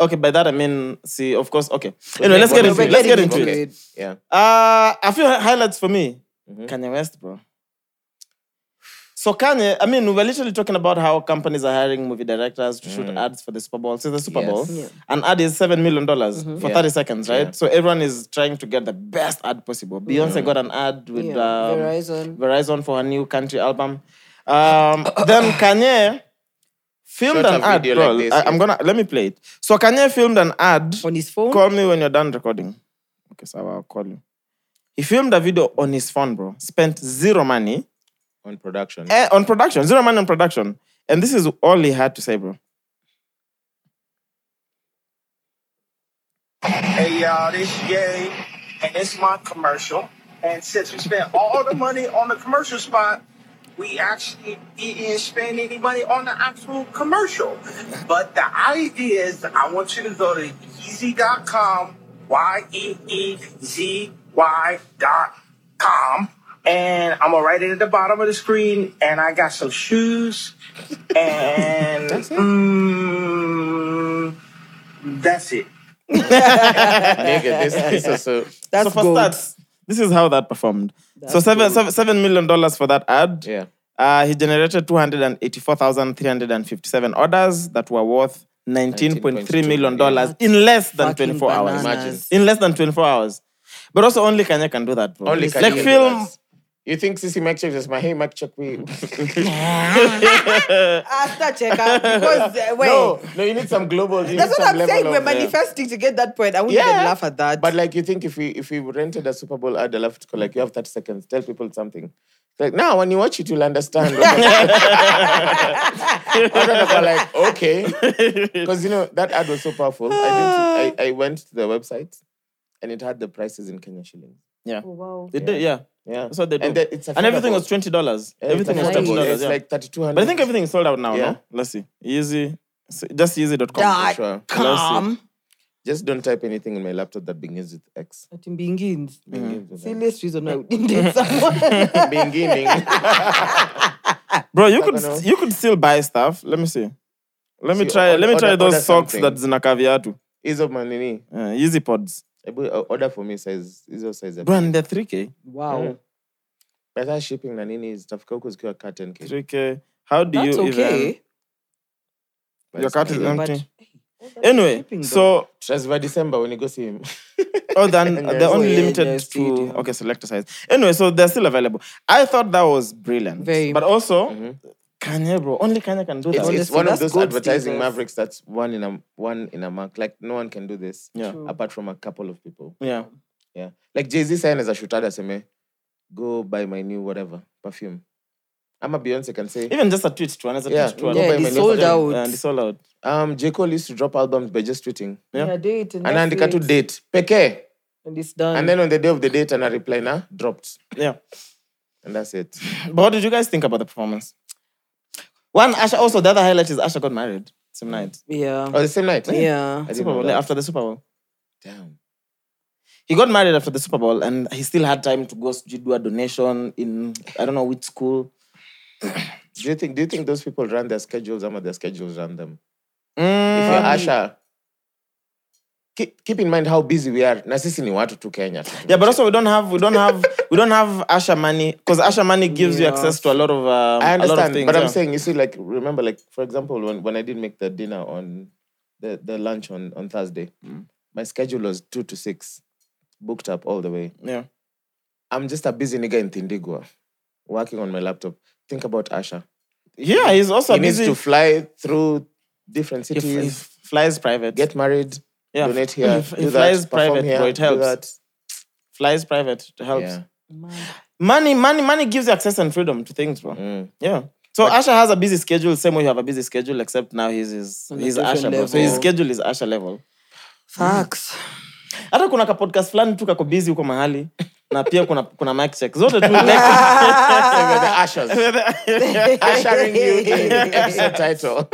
S7: Okay, by that I mean, see, of course. Okay.
S6: We'll
S7: Anyway,
S6: get-
S7: let's get
S6: we'll
S7: into it.
S6: get
S7: Let's get
S6: into
S7: into
S6: it.
S7: it.
S6: Yeah.
S7: Uh, a few hi- highlights for me.
S6: Mm-hmm.
S7: Kanye West, bro. So Kanye, I mean, we were literally talking about how companies are hiring movie directors to shoot ads for the Super Bowl. Since the Super
S6: Mm. Yes.
S7: Bowl,
S6: Yeah.
S7: an ad is seven million dollars
S5: Mm-hmm.
S7: for
S6: Yeah.
S7: thirty seconds, right?
S6: Yeah. Mm-hmm.
S7: So everyone is trying to get the best ad possible. Beyonce got an ad with
S5: Yeah,
S7: um,
S5: Verizon.
S7: Verizon for her new country album. Um, then Kanye
S6: Shot
S7: filmed
S6: a
S7: an ad.
S6: video
S7: Bro,
S6: like this,
S7: I,
S6: yeah.
S7: am gonna let me play it. So Kanye filmed an ad.
S5: on his phone.
S7: Call me when you're done recording. Okay, so I'll call you. He filmed a video on his phone, bro. Spent zero money
S6: On production.
S7: eh, on production, zero money on production, and this is all he had to say, bro.
S12: Hey y'all, this Yay, and it's my commercial. And since we spent all the money on the commercial spot, we actually didn't spend any money on the actual commercial. But the idea is I want you to go to Yeezy.com, E Y-E-E-Z-Y dot com. And I'm gonna write it at the bottom of the screen, and I got some shoes, and mm, that's it.
S6: Nigga, this this is so.
S7: so for starts, this is how that performed. so seven, seven seven million dollars for that ad.
S6: Yeah.
S7: Uh, he generated two hundred and eighty-four thousand three hundred and fifty-seven orders that were worth nineteen point three million dollars in less than
S5: Fucking
S7: twenty-four hours.
S5: bananas.
S7: In less than twenty-four hours. But also only Kanye can do that, bro.
S6: Only
S7: like
S6: Kanye
S7: film.
S6: does. You think Sissy Mike Check is my hey Mike Check we?
S5: After checkout, because uh, wait,
S6: no, no, you need some global. you need
S5: that's what
S6: some
S5: I'm saying.
S6: level
S5: We're
S6: of, uh,
S5: manifesting to get that point. I wouldn't even
S6: Yeah.
S5: laugh at that.
S6: But like you think if we if we rented a Super Bowl ad, I'll have to go, like you have 30 seconds, tell people something. Like now when you watch it, you'll understand. Other people are like, okay. Because you know, that ad was so powerful. I didn't I, I went to the website and it had the prices in Kenya shillings.
S7: Yeah.
S5: wow.
S7: They did, yeah.
S6: Yeah.
S7: That's what they do.
S6: And, that- it's
S7: and everything
S6: affordable.
S7: was twenty dollars.
S6: Yeah, it's
S7: Everything was
S6: affordable.
S7: twenty dollars.
S6: It's
S7: Yeah.
S6: like 3200.
S7: But I think everything is sold out now.
S6: Yeah.
S7: No? Let's see. Easy. so Just easy.com.
S5: Dot
S6: Sure.
S5: com.
S6: Just don't type anything in my laptop that begins with X.
S5: At Mbingins.
S7: Hmm.
S6: Begins with X.
S5: Serious reason I wouldn't date someone.
S6: Beginning.
S7: Bro, you
S6: I
S7: could
S6: don't know.
S7: you could still buy stuff. Let me see. Let me
S6: See,
S7: try.
S6: order-
S7: let me try
S6: order- order
S7: those socks
S6: something.
S7: that zina caviar to.
S6: Ease of my nini.
S7: Uh, easy pods.
S6: Ebu, uh, order for me size is your size
S7: Bro,
S6: up.
S7: and they're three k.
S5: wow.
S6: Better shipping na nini is tafika huko zikiwa carton case.
S7: Three k. How do
S5: That's
S7: you
S5: okay.
S7: even? Your cart is
S6: But-
S7: empty. Anyway,
S5: shipping, though.
S7: so
S6: Trust by December when you go see him.
S7: oh, then
S6: Yeah,
S7: they're only
S5: yeah,
S7: limited
S5: yeah,
S7: to
S5: stadium.
S7: okay, select a size. Anyway, so they're still available. I thought that was brilliant,
S5: Very.
S7: but also
S6: Mhm.
S7: Kanye, bro. Only Kanye can do that.
S6: It's, it's
S5: Honestly,
S6: one of
S5: that's
S6: those
S5: good,
S6: advertising
S5: Steve.
S6: mavericks that's one in a one in a month. Like no one can do this.
S7: Yeah.
S6: Apart from a couple of people.
S7: yeah.
S6: Yeah. Like Jay Z sign as a shooter seme, go buy my new whatever perfume. I'm a Beyonce can say.
S7: Even just a tweet to another
S6: Yeah.
S7: tweet to
S6: Yeah,
S7: another.
S6: they
S7: tweet to
S6: sold
S7: another.
S5: out.
S7: And it's all out.
S6: Um, J Cole used to drop albums by just tweeting.
S7: Yeah.
S5: Yeah, date and
S6: Anaandika tu
S5: Netflix,
S6: date pekee,
S5: And it's done.
S6: and then on the day of the date, ana reply na dropped,
S7: Yeah.
S6: and that's it.
S7: But what did you guys think about the performance? One, Asha. Also, the other highlight is Asha got married same night.
S5: yeah.
S6: Oh, the same night.
S5: Yeah.
S6: I didn't
S7: Super
S6: know
S7: Bowl,
S6: that.
S7: after the Super Bowl.
S6: Damn.
S7: He got married after the Super Bowl, and he still had time to go s- do a donation in I don't know which school.
S6: Do you think? Do you think those people run their schedules? Some of their schedules run them. If you're
S7: Mm,
S6: Asha, keep, keep in mind how busy we are. Na sisi ni watu tu Kenya.
S7: yeah, but also we don't have we don't have we don't have Asha money because Asha money gives you
S5: Yeah.
S7: access to a lot of um,
S6: I
S7: a lot of
S6: understand,
S7: things.
S6: but
S7: yeah.
S6: I'm saying you see, like remember, like for example, when, when I did make the dinner on the, the lunch on on Thursday,
S7: Mm.
S6: my schedule was two to six, booked up all the way.
S7: yeah.
S6: I'm just a busy nigga in Tindigua, working on my laptop. Think about Asha.
S7: Yeah, he's also
S6: he needs
S7: busy.
S6: to fly through different
S7: he, f- he
S6: cities,
S7: flies private.
S6: get married,
S7: yeah,
S6: donate
S7: he
S6: here,
S7: f- he
S6: do
S7: flies
S6: that, perform
S7: private,
S6: here,
S7: bro. It
S6: do
S7: helps.
S6: that.
S7: Flies private. It helps.
S6: Yeah.
S7: Money, money, money gives you access and freedom to things, bro.
S6: Mm.
S7: Yeah. So Asha has a busy schedule, same way you have a busy schedule, except now he's his
S5: On a
S7: he's
S5: different
S7: Asha, bro. So his
S5: level.
S7: schedule is Asha level.
S5: Facts.
S7: Hata kuna ka podcast fulani tu kako busy huko mahali na pia kuna kuna mic check. Zote tu
S6: We're the Ashers. Ashering you in episode title.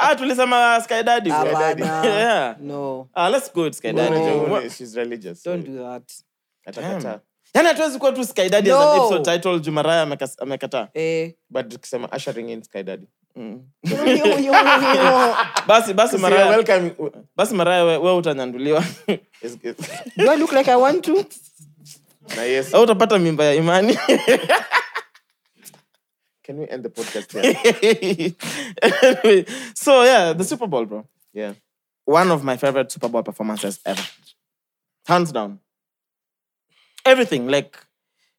S7: Ah tulisema Sky Daddy. bro.
S5: Abana.
S7: Yeah.
S5: No.
S7: Ah let's go with Sky Daddy.
S6: Unaona
S7: What-
S6: Joan, She's religious.
S5: Don't do that.
S6: Atakata.
S7: yani Yaani hatuwezi kuwa tu skydadi as an
S5: No.
S7: episode title jumaraya amekas- amekataa
S5: Eh.
S6: but tukisema ushering in skydadi
S7: basi
S6: So
S7: basi
S6: you're
S7: maraya
S6: welcome.
S7: basi maraya we, we utanyanduliwa
S6: It's- it's-
S5: Do I look like I want to?
S6: na yes
S7: au utapata mimba ya imani
S6: can we end the podcast here
S7: anyway, so yeah the super bowl bro
S6: yeah
S7: one of my favorite Super Bowl performances ever. Hands down. Everything, like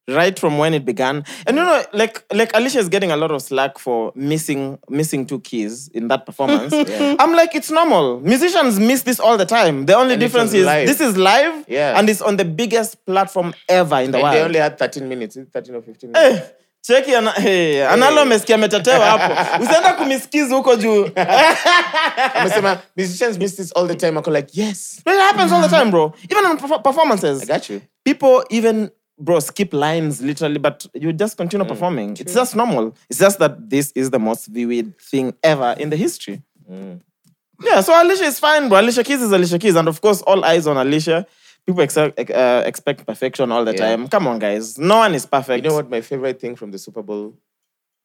S7: right from when it began. And you know, like like Alicia is getting a lot of slack for missing missing two keys in that performance.
S6: Yeah.
S7: I'm like, it's normal. Musicians miss this all the time. The only
S6: And it
S7: difference
S6: was
S7: is
S6: live.
S7: this is live
S6: Yeah.
S7: and it's on the biggest platform ever in the
S6: and
S7: world.
S6: they only had 13 minutes 13 or 15 minutes
S7: Eh, cheki ana, hey, analo amesikia ametetewa hapo usienda kumisikiza huko juu
S6: amesema musicians miss this all the time ako like yes
S7: it happens all the time bro even on perfor- performances
S6: i got you
S7: people even bro skip lines literally but you just continue
S6: Mm,
S7: performing it's just normal it's just that this is the most viewed thing ever in the history
S6: Mm.
S7: yeah so alicia is fine bro alicia keys is alicia keys and of course all eyes on alicia people expect, uh, expect perfection all the
S6: Yeah.
S7: time come on guys no one is
S6: you
S7: perfect
S6: know what my favorite thing from the super bowl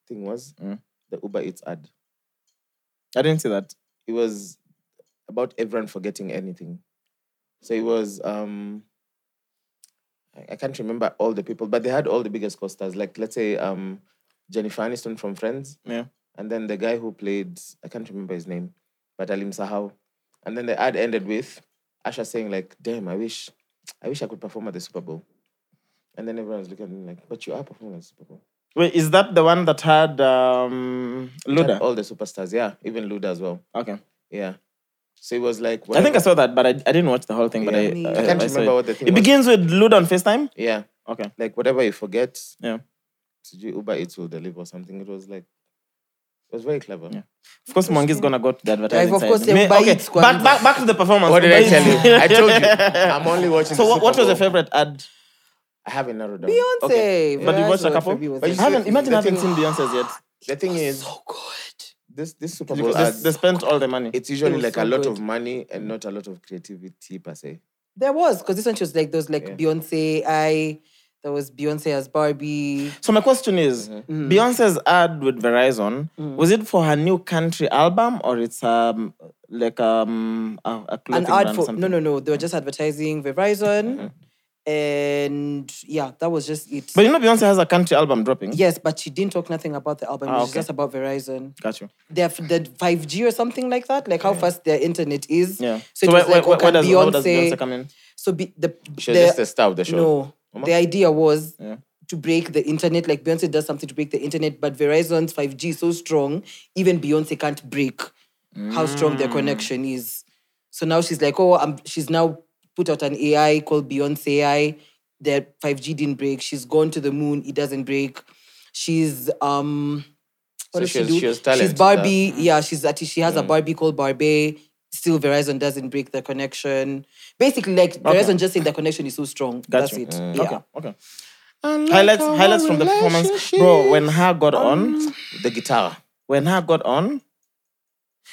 S6: thing was the uber eats ad
S7: i didn't see that
S6: it was about everyone forgetting anything. So it was um I- I can't remember all the people, but they had all the biggest co-stars. Like let's say um Jennifer Aniston from Friends,
S7: yeah
S6: and then the guy who played I can't remember his name, but Alim Sahau. And then the ad ended with Asha saying like, "Damn, I wish, I wish I could perform at the Super Bowl." And then everyone's looking at me like, "But you are performing at the Super Bowl."
S7: wait is that the one that had um
S6: It had
S7: luda
S6: all the superstars, yeah, even Luda as well,
S7: okay
S6: yeah. So it was like,
S7: i think i
S6: whatever-
S7: saw that but i, I didn't watch the whole thing but
S6: Yeah.
S7: i,
S6: I can't
S7: I saw
S6: remember
S7: it.
S6: what the thing
S7: it
S6: was.
S7: begins with luda on facetime
S6: yeah.
S7: okay
S6: like whatever you forget,
S7: yeah
S6: sijui Uber Eats will deliver or something. It was like, it was very clever.
S7: Yeah. Of course, Mwangi is gonna go to the advertising
S5: Yeah, of
S7: side.
S5: course,
S7: Me-
S5: Uber
S7: okay,
S5: Eats kwanza.
S7: back, back, back to the performance.
S6: What did I
S7: Uber
S6: tell
S7: Eats.
S6: you? I told you. I'm only watching.
S7: so,
S6: the
S7: what, what
S6: Super
S7: was your
S6: Bowl.
S7: favorite ad?
S6: I haven't narrowed down.
S5: Beyonce.
S7: Okay, but you
S5: Whereas
S7: watched a
S5: what
S7: couple?
S5: Phoebe was
S6: But
S7: I
S6: you
S5: saying.
S7: haven't.
S6: see,
S7: Imagine
S6: the
S7: having
S6: thing-
S7: seen Beyonce's yet.
S6: The thing is,
S5: Oh,
S6: so good. This this Super Bowl
S7: Because they, they
S6: ads,
S7: spent all their money.
S6: it's
S5: was
S6: usually like
S5: so
S6: a lot
S5: good.
S6: of money and not a lot of creativity per se.
S5: There was, because this one she was like, there was like
S6: Yeah.
S5: Beyonce, I, there was Beyonce as Barbie.
S7: So my question is,
S6: Mm-hmm.
S5: Mm-hmm.
S7: Beyonce's ad with Verizon was it for her new country album or it's um like um a, a
S5: An
S7: clothing
S5: ad
S7: brand
S5: for,
S7: something?
S5: no, no, no, they were just advertising Verizon. And yeah, that was just it.
S7: But you know Beyonce has a country album dropping.
S5: yes, but she didn't talk nothing about the album.
S7: Ah,
S5: it was
S7: okay.
S5: just about Verizon.
S7: Got you.
S5: Their, f- their 5G or something like that, like how fast their internet is.
S7: Yeah.
S5: So, it
S7: where-
S5: was like,
S7: where,
S5: okay,
S7: where, does,
S5: Beyonce,
S7: where does Beyonce come in?
S5: So be, the,
S6: She
S5: the-
S6: was just the star of the show.
S5: No.
S6: Mama?
S5: The idea was
S7: Yeah.
S5: to break the internet. Like Beyonce does something to break the internet, but Verizon's 5G is so strong, even Beyonce can't break how strong
S6: Mm.
S5: their connection is. So now she's like, oh, i she's now put out an AI called Beyonce AI. Their 5G didn't break. She's gone to the moon. It doesn't break. She's um,
S6: So
S5: what does
S6: she
S5: she
S6: was-
S5: do?
S6: she was talented,
S5: she's Barbie. Yeah, she's actually she
S7: Mm.
S5: has a Barbie called Barbie. Still, Verizon doesn't break the connection. Basically, like Verizon just saying the connection is so strong. That's
S7: you.
S5: it. Yeah.
S7: Mm. Okay. Okay. highlights highlights from the performance, bro. When her got on,
S6: The guitar.
S7: when her got on,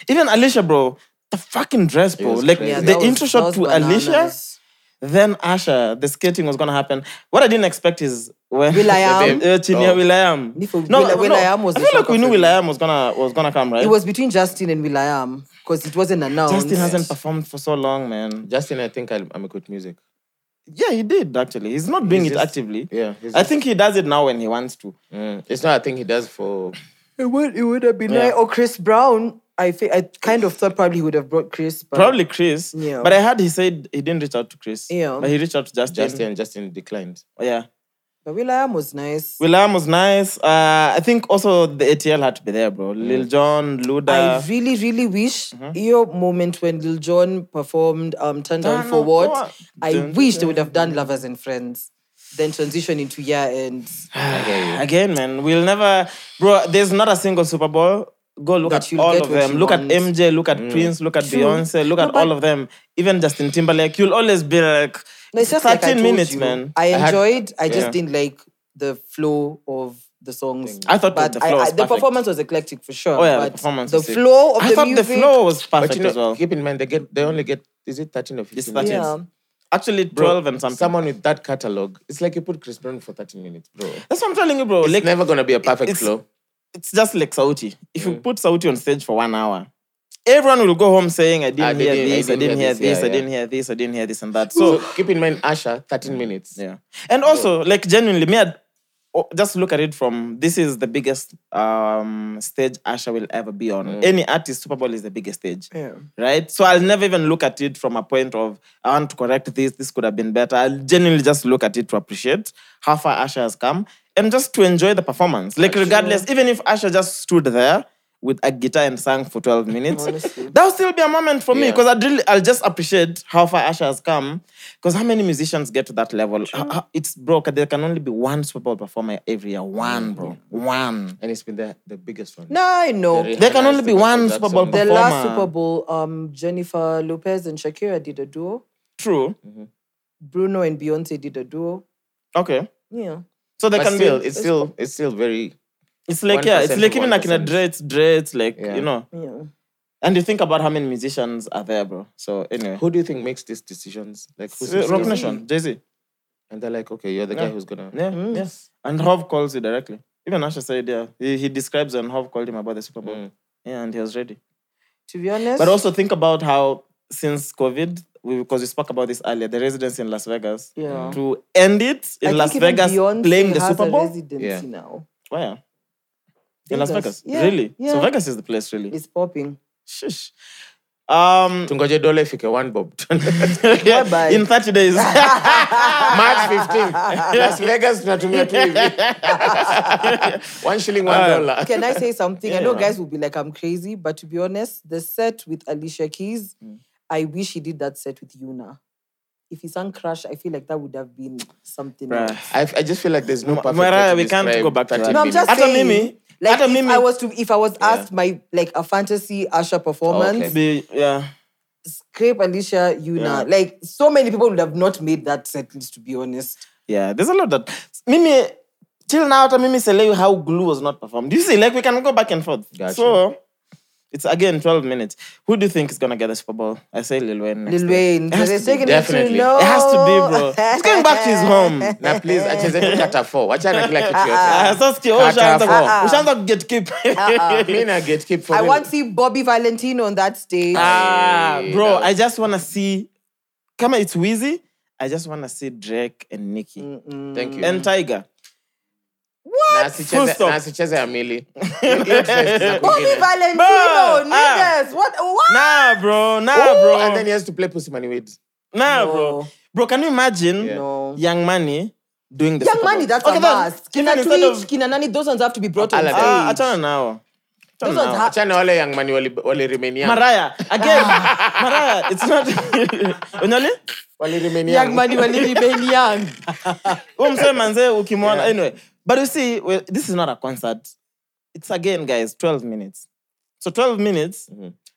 S7: even Alicia, bro, the fucking dress, bro.
S6: was
S7: Like
S6: crazy. Yeah,
S7: the
S5: that was-
S7: intro
S5: that
S7: shot
S5: was
S7: to Alicia,
S5: bananas.
S7: then Asha. The skating was gonna happen. What I didn't expect is when
S5: Will.i.am.
S7: uh, Chinia
S6: Oh.
S7: Will.i.am.
S5: Nifu-
S7: No,
S5: Will-
S7: no,
S5: Will.i.am was
S7: I
S5: the
S7: feel like we
S5: shock
S7: knew
S5: of it.
S7: Will.i.am was gonna was gonna come, right?
S5: It was between Justin and Will.i.am because it wasn't announced.
S7: Justin hasn't performed for so long, man.
S6: Justin, I think I'm, I'm good music.
S7: Yeah, he did actually. He's not doing
S6: He's
S7: it
S6: just-
S7: actively.
S6: Yeah, he's
S7: I
S6: just-
S7: think he does it now when he wants to.
S6: Mm, it's not a thing he does for.
S5: It would, it would have been
S7: Yeah.
S5: like, oh, Chris Brown. I think I kind of thought probably he would have brought Chris. But
S7: Probably Chris.
S5: Yeah.
S7: But I heard he said he didn't reach out to Chris.
S5: Yeah.
S7: But he reached out to Justin.
S6: Justin, Justin declined.
S7: Yeah.
S5: But Will.i.am was nice.
S7: William was nice. Uh, I think also the ATL had to be there, bro. Lil Jon, Luda.
S5: I really, really wish
S7: Mm-hmm.
S5: your moment when Lil Jon performed um, Turn Down
S7: Turn
S5: for
S7: Down for
S5: What,
S7: What?
S5: I
S7: Dun,
S5: wish they would have done Lovers and Friends, then transition into Year End.
S7: Again, man, we'll never, bro. There's not a single Super Bowl. Go look
S5: That
S7: at
S5: you'll
S7: all
S5: get Mm.
S7: of
S5: what
S7: them.
S5: you
S7: Look
S5: want.
S7: at MJ. Look at Prince. Look at Beyonce. Look at all of them. Even Justin Timberlake. You'll always be like,
S5: No, it's just like I
S7: 13
S5: told
S7: minutes,
S5: you,
S7: man.
S5: I
S6: had-
S5: enjoyed, I just
S6: Yeah.
S5: didn't like the flow of the songs.
S7: I thought
S5: but
S7: the flow
S5: I,
S7: was
S5: I, the
S7: perfect.
S5: performance was eclectic for sure.
S7: Oh yeah, the
S5: but
S7: performance.
S5: the
S7: was sick.
S5: flow of
S7: I
S5: the
S7: thought
S5: music.
S7: the flow was perfect
S6: But you know,
S7: as well.
S6: keep in mind they get they only get is it thirteen or fifteen?
S7: It's
S5: Yeah.
S7: Actually, 12 and something.
S6: Someone with that catalog, it's like you put Chris Brown for 30 minutes, bro.
S7: That's what I'm telling you, bro.
S6: It's
S7: Like,
S6: never gonna be a perfect
S7: it's-
S6: flow.
S7: it's just like Sauti. If you put Sauti on stage for one hour, everyone will go home saying, I didn't,
S6: I
S7: hear
S6: didn't- I
S7: this, I didn't hear this,
S6: yeah,
S7: I
S6: yeah.
S7: didn't hear this, I didn't hear this, and that. So,
S6: So keep in mind, Asha, 13 minutes.
S7: Mm. Yeah. And also, like genuinely, me, I'd, oh, just look at it from this is the biggest um, stage Asha will ever be on. Any artist, Super Bowl is the biggest stage,
S5: Yeah.
S7: right? So I'll never even look at it from a point of I want to correct this. This could have been better. I'll genuinely just look at it to appreciate how far Asha has come and just to enjoy the performance. Like regardless, even if Asha just stood there. With a guitar and sang for 12 minutes. That will still be a moment for me
S6: Yeah.
S7: because I'd really, I'll just appreciate how far Asha has come. Because how many musicians get to that level? Ho- ho- It's broke. There can only be one Super Bowl performer every year.
S6: Mm.
S7: One, bro. One.
S6: And it's been the, the biggest one.
S5: No, I know.
S6: Yeah,
S7: There can only be
S6: Michael
S7: one
S6: Jackson.
S7: Super Bowl
S5: The
S7: performer.
S5: last Super Bowl, um, Jennifer Lopez and Shakira did a duo.
S7: True.
S5: Bruno and Beyonce did a duo.
S7: Okay.
S5: Yeah.
S7: So there
S6: But
S7: can
S6: still,
S7: be.
S6: it's still it's still very
S7: It's like yeah. It's
S6: 1%
S7: like
S6: to
S7: even like in a
S6: 1%.
S7: dreads, dreads, like
S6: Yeah.
S7: you know.
S5: Yeah.
S7: And you think about how many musicians are there, bro. So anyway,
S6: who do you think makes these decisions? Like who's
S7: Uh, Rock
S6: responsible?
S7: Nation, Jay Z.
S6: And they're like, okay, you're the guy
S7: Yeah.
S6: who's gonna
S7: Yeah. Yes. And Hov calls you directly. Even Asha said yeah. He, he describes and Hov called him about the Super Bowl.
S6: Mm.
S7: Yeah, and he was ready.
S5: To be honest.
S7: But also think about how since COVID, we, because we spoke about this earlier, the residents in Las Vegas
S5: Yeah.
S7: to end it in
S5: I
S7: Las
S5: think even
S7: Vegas
S5: Beyonce
S7: playing the
S5: has
S7: Super
S5: a
S7: Bowl.
S5: residency
S6: Yeah.
S5: now.
S7: Where? In Las Vegas.
S5: Yeah,
S7: Really? So
S5: yeah.
S7: Vegas is the place, really.
S5: It's popping.
S7: Shush. Um,
S6: Tungoje Dole Fike one Bob.
S7: yeah,
S5: Bye-bye.
S7: in 30 days.
S6: March 15th. Las Vegas tunatumia tu hivi. One shilling, one
S7: Ah.
S6: dollar.
S5: Can I say something? I know
S7: Yeah.
S5: guys will be like, I'm crazy, but to be honest, the set with Alicia Keys, I wish he did that set with Yuna. If he sang Crash, I feel like that would have been something.
S7: Bruh.
S5: else.
S6: I, I just feel like there's no perfect way
S7: Mariah,
S6: to
S7: we can't
S6: describe
S7: go back to
S6: 30
S7: that.
S5: No, I'm just
S6: minutes.
S7: Hata
S5: saying.
S7: mimi-
S5: like
S7: hata
S5: if
S7: mimi-
S5: I was to, if I was asked my like a fantasy Asha performance,
S6: Okay.
S7: Be- yeah.
S5: scrape Alicia Yuna.
S7: Oh, Yeah.
S5: Like so many people would have not made that set list. To be honest,
S7: Yeah, there's a lot that Mimi till now to Mimi Selewi how glue was not performed. You see, like we can go back and forth.
S6: Gotcha.
S7: So it's again 12 minutes. Who do you think is gonna get the Super Bowl? I say Lil Wayne. next
S5: Lil
S7: time.
S5: Wayne,
S7: It has,
S5: they're
S7: to be.
S5: taking it to
S6: Definitely.
S5: no.
S7: It has to be, bro. He's going back to his home.
S6: Na please acheze tu kata 4. Wachana kila kitu
S7: Ah,
S6: yote.
S7: sasa sikio,
S6: Kata Uh-uh.
S7: ushaanza-
S6: four.
S7: ushaanza kugatekeep.
S6: Mimi na gatekeep for
S5: Ah. I
S6: me.
S5: want to see Bobby Valentino on that stage.
S7: Ah,
S6: Hey,
S7: bro,
S6: that was-
S7: I just wanna see. Come on, it's Wheezy. I just wanna see Drake and Nicki
S6: Thank you.
S7: and Tiger.
S6: Na
S7: Full
S6: asicheze
S7: stop.
S6: na asicheze Amili. Hiyo- hiyo dress
S5: Bobby
S6: za kwingine.
S5: Valentino,
S7: Bruh, ah.
S5: niggas. What? What?
S7: Nah, bro. Nah,
S6: Ooh,
S7: bro.
S6: Ah, And then he has to play Pussy Money Wade.
S7: Nah,
S5: No.
S7: bro. Bro, can you imagine
S6: Yeah.
S5: No.
S7: Young Money doing the
S5: Young
S7: Super
S5: money,
S7: Bowl?
S5: that's a
S7: then,
S5: must.
S7: even
S5: Kina
S7: instead
S5: Twitch,
S7: of-
S5: Kina Nani, those ones have to be brought on
S6: Aladdin.
S5: stage.
S7: Ah, achana nao. Achana
S5: Those ones
S7: nao.
S5: have-
S6: Achana wale Young Money wali wali remain young.
S7: Mariah, again. Mariah, it's not. Unyani?
S6: Wali remain
S5: Young
S6: young.
S5: money will remain young.
S7: Huyo msee manze ukimwona anyway. But you see, well, this is not a concert. It's again, guys, 12 minutes. So 12 minutes.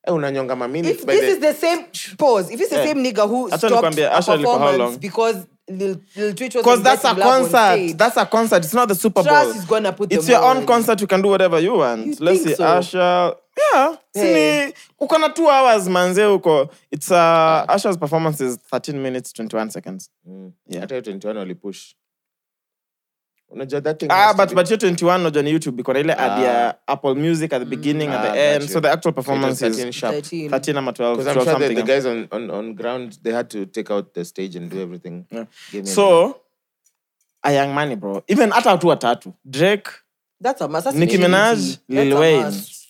S6: Eh, unanyonga ma minutes
S5: Mm-hmm. If
S6: by
S5: this
S6: the-
S5: is the same pause, if it's the
S7: Yeah.
S5: same nigga who
S7: Acha
S5: stopped
S7: nikwambie,
S5: a
S7: Asha alikuwa how
S5: performance
S7: long?
S5: because Lil, Lil Twitch was
S7: Because that's a concert.
S5: Stage,
S7: That's a concert. It's not the Super Bowl.
S5: Trust is gonna put
S7: it's
S5: them
S7: your own
S5: on.
S7: concert. You can do whatever you want.
S5: You
S7: Let's
S5: think
S7: see,
S5: so?
S7: Asha. Yeah.
S5: Hey.
S7: Sini, uko na two hours manze uko. It's
S6: Ah.
S7: uh, Asha's performance is 13 minutes 21 seconds.
S6: Mm.
S7: Yeah.
S6: Hata hiyo 21 walipush. Unajua that thing
S7: Ah,
S6: has to
S7: but
S6: be-
S7: but you're 21 on YouTube because ile at the uh, Apple Music at the beginning, at
S6: Ah,
S7: the
S6: got
S7: end.
S6: you.
S7: So the actual
S6: it was
S7: performance
S6: 13
S7: is
S6: sharp.
S5: 13.
S7: 13 number 12,
S6: Because I'm
S7: 12
S6: sure that
S7: something.
S6: the guys on, on, on ground they had to take out the stage and do everything.
S7: Yeah.
S6: Give me a minute.
S7: so a young money bro. Even hata watu watatu. Drake,
S5: That's a must. That's
S7: Nicki
S5: an
S7: Minaj,
S5: easy.
S7: Lil
S5: That's a
S7: Wayne.
S5: must.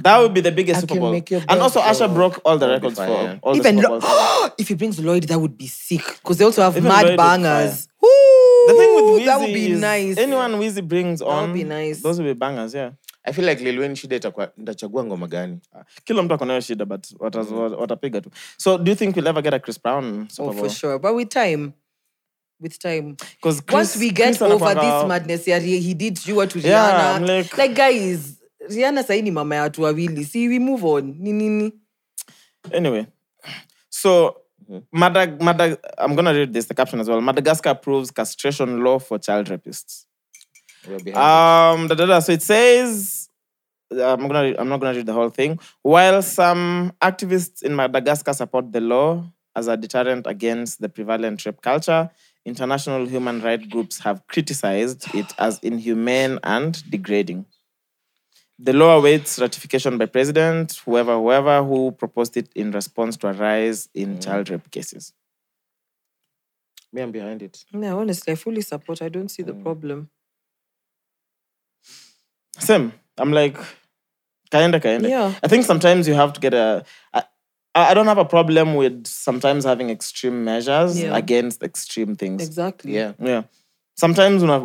S7: that would be the biggest
S6: I
S7: Super
S6: can
S7: Bowl.
S6: make your
S7: And also
S6: bed,
S7: Asha
S6: bro.
S7: broke all the
S6: That'd be
S7: records for
S6: fine, yeah.
S7: all
S5: Even
S7: the Super
S5: Lo-
S7: Bowls.
S5: if he brings Lloyd, that would be sick because they also have
S7: Even
S5: mad
S7: Lloyd would
S5: bangers. Ooh,
S7: The thing with Weezy
S5: that would be
S7: is
S5: nice.
S7: Anyone Weezy brings on,
S5: would be nice.
S7: those will be bangers, yeah.
S6: I feel like Lil Wayne shida itakuwa ndachagua ngoma gani?
S7: Kila mtu akonayo shida but wataz-
S6: Mm.
S7: watapiga tu. So do you think we'll ever get a Chris Brown Super
S5: oh,
S7: Bowl?
S5: for sure. But with time, with time.
S7: Because
S5: Once we get over this madness yeah, he he did you to Rihanna.
S7: Yeah, I'm
S5: like,
S7: like-
S5: guys, Rihanna saini mama ya watu wawili. See, we move on. Ni nini?
S7: Anyway, so
S6: Mm-hmm.
S7: Madag, Madag, I'm gonna read this the caption as well. Madagascar approves castration law for child rapists.
S6: We are behind
S7: Um, da, da, da. so it says. I'm gonna. I'm not gonna read the whole thing. While some activists in Madagascar support the law, as a deterrent against the prevalent rape culture, international human rights groups have criticized it as inhumane and degrading. The law awaits ratification by president, whoever, whoever, who proposed it in response to a rise in child rape cases.
S6: Me, I'm behind it.
S5: No, honestly, I fully support. I don't see
S7: Mm.
S5: the problem.
S7: Same. I'm like, kinda, kinda.
S5: Yeah.
S7: I think sometimes you have to get a. I, I don't have a problem with sometimes having extreme measures
S5: Yeah.
S7: against extreme things.
S5: Exactly.
S6: Yeah.
S7: Yeah. Sometimes una-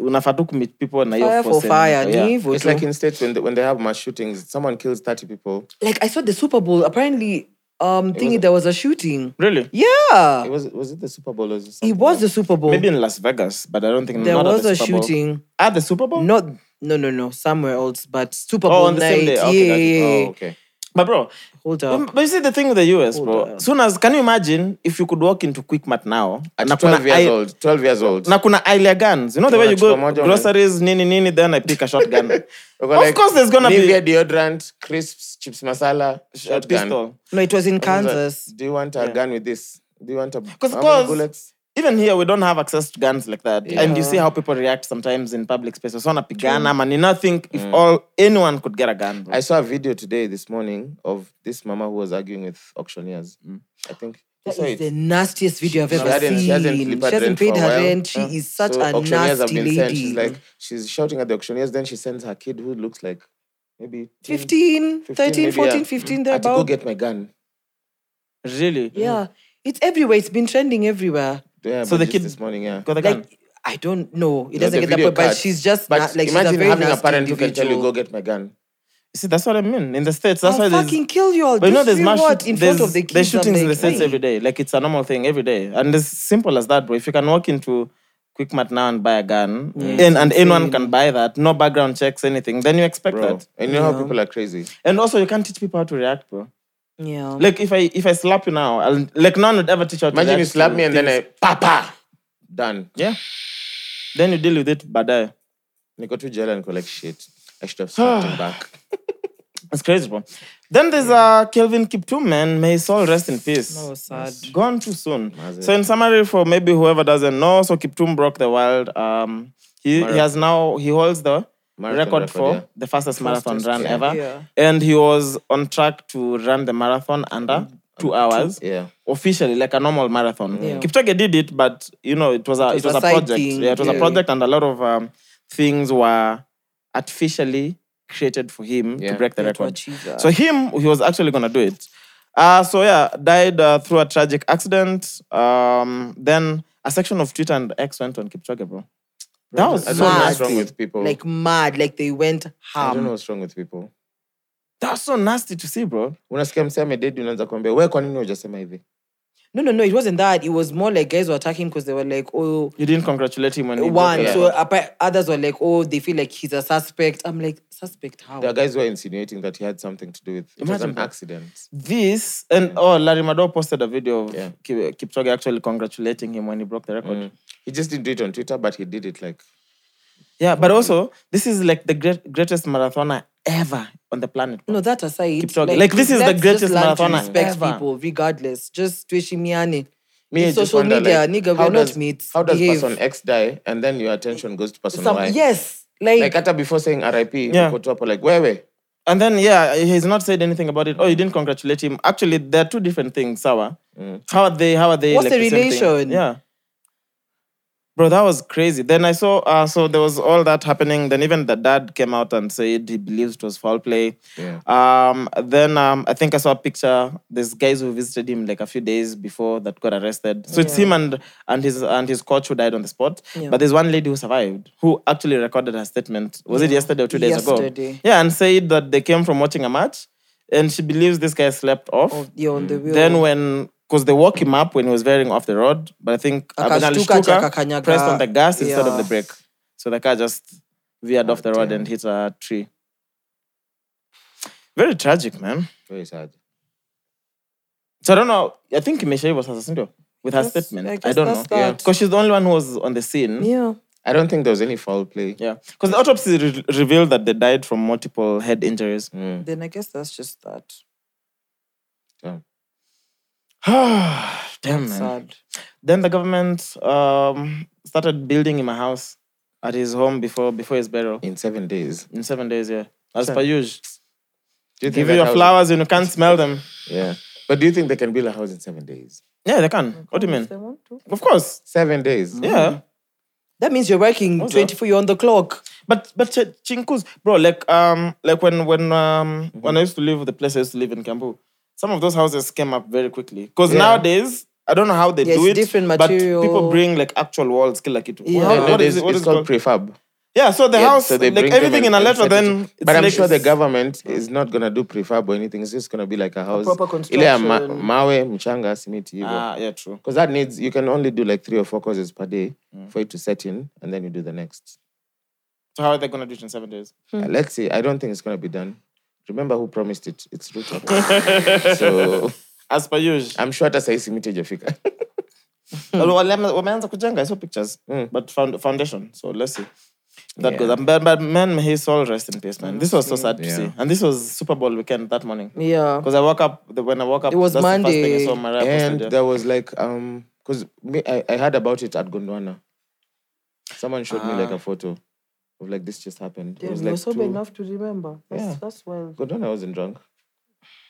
S7: unafaa tu kumit people na hiyo
S5: Fire for
S7: force and-
S5: fire, ni
S7: yeah.
S5: hivyo
S6: It's
S5: tu.
S6: like in states when they, when they have mass shootings, someone kills 30 people.
S5: Like I saw the Super Bowl. Apparently, um, thingy there was a shooting.
S7: Really? Ah.
S5: Yeah,
S6: It was was it the Super Bowl or something?
S5: it was the Super Bowl.
S7: Maybe in Las Vegas, but I don't think
S5: there
S7: not at
S5: was
S7: the
S5: a
S7: Super Bowl.
S5: shooting.
S7: at the Super Bowl.
S5: Not no no no somewhere else, but Super
S7: Oh,
S5: Bowl
S7: on the
S5: night.
S7: same day.
S5: yeah,
S7: Okay,
S5: yeah,
S6: Oh,
S5: yeah.
S6: okay.
S7: But bro,
S5: Hold
S7: um,
S5: up.
S7: but you see the thing with the US, bro.
S5: on.
S7: Soon as can you imagine if you could walk into Quick Mart now
S6: At
S7: na kuna
S6: 12 years
S7: aisle-
S6: old. 12 years old.
S7: na kuna aisle ya guns. You know the way you
S6: Wanachukua
S7: go
S6: moja,
S7: groceries nini nini then I pick a shotgun.
S6: We're
S7: of course there's gonna be-
S6: Nivea deodorant, crisps, chips masala,
S7: a
S6: shotgun.
S7: pistol.
S5: No, it was in Kansas.
S6: Do you want a
S7: Yeah.
S6: gun with this? Do you want a
S7: Because
S6: how many
S7: cause
S6: bullets?
S7: even here we don't have access to guns like that, and you
S5: Yeah.
S7: see how people react sometimes in public spaces. Wanapigana man, you not think if all anyone could get a gun. Bro.
S6: I saw a video today this morning of this mama who was arguing with auctioneers.
S7: Mm.
S6: I think I
S5: That
S6: saw
S5: is
S6: it.
S5: the nastiest video I've
S6: She
S5: ever
S6: hadn't-
S5: seen.
S6: she hasn't delivered rent
S5: paid
S6: for a
S5: her
S6: while. Mm.
S5: rent. She is such
S6: So
S5: a
S6: auctioneers have
S5: nasty
S6: been sent.
S5: lady.
S6: She's like she's shouting at the auctioneers. Then she sends her kid who looks like maybe 10,
S5: 15, 13,
S6: maybe,
S5: 14,
S6: yeah.
S5: 15,
S6: I had to go
S5: thereabout.
S6: get my gun.
S7: Really?
S5: Yeah. It's everywhere. It's been trending everywhere.
S6: Yeah,
S7: So
S6: so
S7: the
S6: the
S7: kid-
S6: this morning, yeah.
S7: Got a gun.
S5: Like, I don't know. It
S6: No,
S5: doesn't
S6: the
S5: get that
S6: video
S5: point, but
S6: cut.
S5: she's just
S6: But
S5: na- like
S6: imagine
S5: she's a very
S6: having a
S5: nasty
S6: parent who can tell
S5: individual.
S6: you go get my gun.
S7: See, that's what I mean. In the states, that's why
S5: I'll
S7: there's
S5: fucking kill you all.
S7: But you know,
S5: Just
S7: there's
S5: you
S7: mass
S5: what?
S7: shoot-
S5: in
S7: there's,
S5: front of the
S7: there's
S5: kids. I'm
S7: shootings in the
S5: like,
S7: states
S5: hey.
S7: every day. Like it's a normal thing every day, and it's simple as that, bro. If you can walk into Quick Mart now and buy a gun, and, and anyone can buy that, no background checks, anything, then you expect
S6: Bro.
S7: that.
S6: And you know how people are crazy.
S7: And also, you can't teach people how to react, bro.
S5: Yeah.
S7: Like if I if I slap you now, I'll, like no one would ever teach you how to
S6: Imagine
S7: react
S6: you slap
S7: to
S6: me and then I
S7: things.
S6: papa done.
S7: yeah, then you deal with it baadaye.
S6: And you go to jail and go like shit. I should have slapped him back.
S7: It's crazy, bro. Then there's uh, Kelvin Kiptum, man. May his soul rest in peace.
S5: That was sad.
S7: Gone too soon.
S6: Maze.
S7: So in summary, for maybe whoever doesn't know, so Kiptum broke the world. Um, he, he
S6: Marathon.
S7: has now he holds the
S6: Marathon
S7: record,
S6: record,
S7: for
S6: yeah.
S7: the fastest marathon run
S6: yeah.
S7: ever,
S5: Yeah.
S7: and he was on track to run the marathon under two hours
S6: Yeah.
S7: officially, like a normal marathon.
S5: Yeah.
S7: Kipchoge did it, but you know it was a it
S5: was
S7: was,
S5: a
S7: a,
S5: side
S7: project.
S5: thing,
S7: Yeah, it was a
S5: yeah.
S7: project, and a lot of um, things were artificially created for him
S6: Yeah.
S7: to break the
S5: Yeah, to
S7: record.
S5: achieve that.
S7: So him, he was actually gonna do it. Uh, so yeah, died uh, through a tragic accident. Um, then a section of Twitter and X went on Kipchoge, bro. That was
S6: I don't
S7: so
S6: know
S5: mad.
S6: what's wrong
S7: nasty.
S6: with people.
S5: Like um, mad. Like they went
S6: I don't know
S5: ham.
S6: what's wrong with people.
S7: That was so nasty to see, bro.
S6: Unasikia msee amededi unaanza kuambia we kwa nini hujasema hivi?
S5: No, no, no. It wasn't that. It was more like guys were attacking because they were like, oh,
S7: You didn't congratulate him when he broke
S5: one.
S7: the
S5: So
S7: record.
S5: appa- others were like, oh, they feel like he's a suspect. I'm like, suspect how?
S6: There are guys who are insinuating that he had something to do with it was
S7: Imagine
S6: an
S7: that.
S6: accident.
S7: this and oh, Larry Maddow posted a video of
S6: Yeah.
S7: Ki- Kipchoge actually congratulating him when he broke the record.
S6: Mm. He just didn't do it on Twitter, but he did it like
S7: Yeah, but also this is like the great, greatest marathoner ever on the planet. bro.
S5: No, that aside,
S7: Keep talking. Like, this is the
S5: let's just
S7: greatest
S5: learn to
S7: marathoner
S5: respect
S7: ever.
S5: people, regardless. Just tuishimiane.
S6: me. I
S5: It's
S6: just
S5: social
S6: wonder,
S5: media,
S6: like,
S5: nigga.
S6: how
S5: We're
S6: does,
S5: not mates.
S6: How does
S5: Behave.
S6: person X die and then your attention goes to person
S5: Some-
S6: Y?
S5: yes, like,
S6: Like hata before saying RIP,
S7: Yeah.
S6: yeah. uko tu hapo like wewe.
S7: And then, yeah, he's not said anything about it. Oh, you didn't congratulate him. Actually, there are two different things, Sawa. How are they? How are they?
S5: Mm. What's
S7: like,
S5: the
S7: same thing?
S5: relation?
S7: Yeah. Bro, that was crazy. Then I saw, uh, so there was all that happening. Then even the dad came out and said he believes it was foul play.
S6: Yeah.
S7: Um, then um, I think I saw a picture. There's guys who visited him like a few days before that got arrested. So it's him and and his and his coach who died on the spot.
S5: Yeah.
S7: But there's one lady who survived who actually recorded her statement. Was it
S5: Yeah.
S7: yesterday or two days ago?
S5: Yesterday.
S7: Yeah, and said that they came from watching a match, and she believes this guy slept off.
S5: oh, you're on the wheel.
S7: Then when because they woke him up when he was veering off the road, but I think Abenali
S5: Akashtuka,
S7: Shtuka
S5: akakanyaga.
S7: pressed on the gas instead of
S5: Yeah.
S7: the brake, so the car just veered off the road and hit a tree. Very tragic, man.
S6: Very sad.
S7: So I don't know. I think Mesha was assassinated with her
S5: That's- I
S7: statement. I,
S5: guess
S7: don't know.
S5: that's that.
S7: Because she's the only one who was on the scene. Yeah.
S5: yeah,
S6: I don't think there was any foul play.
S7: Because the autopsy re- revealed that they died from multiple head injuries.
S6: Mm.
S5: then I guess that's just that.
S7: Damn, man. Then the government um, started building him a house at his home before before his burial.
S6: In seven days.
S7: In seven days, yeah. As
S6: Seven-
S7: per usual.
S6: Do you think
S7: Give
S6: that
S7: you your
S6: house-
S7: flowers and you can't smell them.
S6: Yeah. But do you think they can build a house in seven days?
S7: Yeah, they can. What do you mean? Of course.
S6: Seven days.
S7: Yeah.
S5: That means you're working 24, you're on the clock.
S7: But but ch- chinkus, bro, like um like when when um when I used to live the place I used to live in Kambu, some of those houses came up very quickly. Because
S5: Yeah.
S7: nowadays, I don't know how they
S5: Yeah,
S7: do
S5: it's
S7: it.
S5: different
S7: But people
S5: material.
S7: bring like actual walls, kill like it.
S5: Yeah.
S7: What-
S6: No,
S7: what
S6: there's-
S7: is it- what
S6: it's
S7: is it
S6: called
S7: called?
S6: prefab.
S7: Yeah, so the
S6: Yeah,
S7: house,
S6: they
S7: like
S6: bring them
S7: everything in a
S6: and
S7: letter,
S6: set it
S7: then
S6: up. but
S7: it's
S6: I'm
S7: like-
S6: sure the government is not gonna do prefab or anything. It's just gonna be like a house,
S7: proper
S6: ile ya ma-
S7: construction.
S6: mawe, mchanga, simiti hivyo.
S7: Ah, yeah, true.
S6: Because that needs you can only do like three or four courses per day
S7: Mm.
S6: for it to set in, and then you do the next.
S7: So how are they gonna do it in seven days?
S6: Uh, let's see. I don't think it's gonna be done. Remember who promised it? It's Ruto. so
S7: as per usual,
S6: I'm sure hata sahi simiti hajafika. Mm.
S7: Well, wame- wameanza kujenga, I saw pictures, mm, but found, foundation. So let's see. That
S6: Yeah.
S7: goes up. But, but man, may his soul rest in peace, man. This was so sad to
S6: Yeah.
S7: see. And this was Super Bowl weekend that morning.
S5: Yeah.
S7: Because I woke up, the, when I woke up,
S5: It was
S7: that's the first
S5: Monday.
S7: thing I saw Mariah
S6: and
S7: posted, yeah.
S6: there was like um, because me I, I heard about it at Gondwana. Someone showed me
S7: Ah.
S6: like a photo of like this just happened. it was like two-
S5: to remember. That's, that's wild.
S6: Godona wasn't drunk.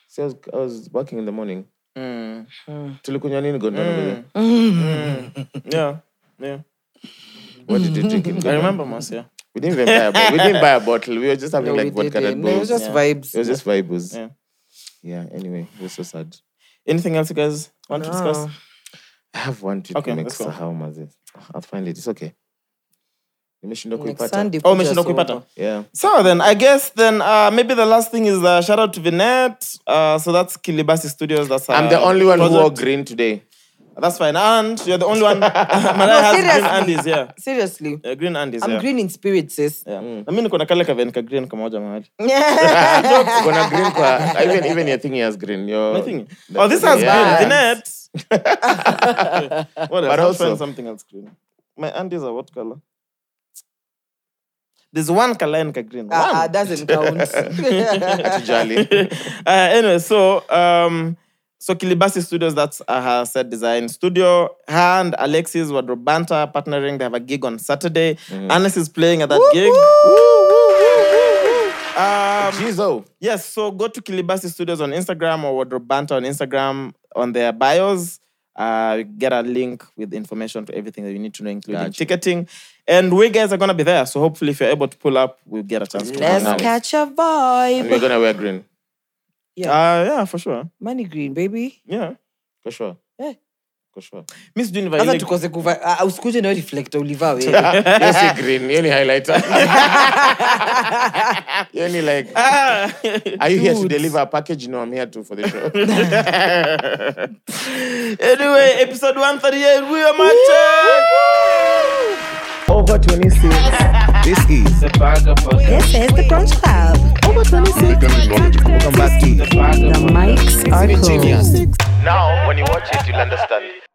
S6: See, I was, I was working in the morning.
S7: Mm.
S6: Tulikunywa nini Godona? brother?
S7: Yeah. Yeah.
S6: What did you drink in
S7: I
S6: Godona?
S7: remember most, yeah.
S6: We didn't even buy a bottle. We didn't buy a bottle. We were just having like vodka Red
S5: No, it was
S6: Bulls.
S5: just
S7: Yeah.
S5: vibes.
S6: It was just vibes.
S7: Yeah.
S6: Yeah, anyway, it was so sad.
S7: Anything else you guys want to discuss?
S5: No.
S6: I have one tweet
S7: Okay,
S6: okay,
S7: let's go.
S6: Sahau Mazis. I'll find it. It's okay. Nimeshindwa
S5: Next
S6: kuipata.
S5: Sunday,
S7: Oh,
S5: put
S7: umeshindwa
S5: us
S7: kuipata?
S5: over.
S6: Yeah.
S7: So then, I guess then uh, maybe the last thing is uh, shout out to Vinette. Uh, so that's Kilibasi Studios. That's uh,
S6: I'm the only one who
S7: project.
S6: wore green today.
S7: That's fine. And you're the only one. Mariah has green
S5: seriously.
S7: Andes, yeah.
S5: Seriously.
S7: yeah Uh, green Andes,
S5: I'm
S7: yeah.
S5: green in spirit, sis.
S7: Yeah. mm. Na mimi niko na kale kaveni ka green kamoja mahali.
S6: Kuna green kwa uh, even even your thing has green. Your
S7: My thing. Oh, this has
S6: Yeah.
S7: green. Vinette. what else?
S6: But
S7: I'll
S6: also-
S7: find something else green. My Andes are what color? There's one color in ka green.
S5: Ah,
S7: One.
S5: ah, doesn't count.
S6: Jolly.
S7: uh, anyway, so um, so Kilibasi Studios, that's uh, her set design studio. Her and Alexis Wadrobanta partnering. They have a gig on Saturday. Anis is playing at that gig. Um,
S6: Jizo.
S7: yes, so go to Kilibasi Studios on Instagram or Wadrobanta on Instagram on their bios. Uh, you get a link with information to everything that you need to know, including
S6: Gotcha.
S7: ticketing. And we guys are gonna be there, so hopefully, if you're able to pull up, we'll get a chance. to
S5: Let's
S7: hang out.
S5: catch a
S6: And
S5: vibe.
S6: we're gonna wear green.
S7: Uh, yeah, for sure.
S5: Money green, baby.
S7: Yeah.
S6: For sure.
S5: Eh.
S6: For sure.
S7: Miss Junior
S5: Hata
S7: ile-
S5: tukose kuva ah, usikuje nayo reflector uliva wewe.
S6: Yes, you're green. You're only highlighter. you're only like,
S7: Ah.
S6: are you here to deliver a package? No, I'm here to for the show.
S7: anyway, episode 138, we are matching.
S2: Over 26. This is
S13: This is the Crunch Club.
S2: Over 26. Welcome back to
S13: The mics are cool.
S2: Genius.
S6: Now, when you watch it, you'll understand.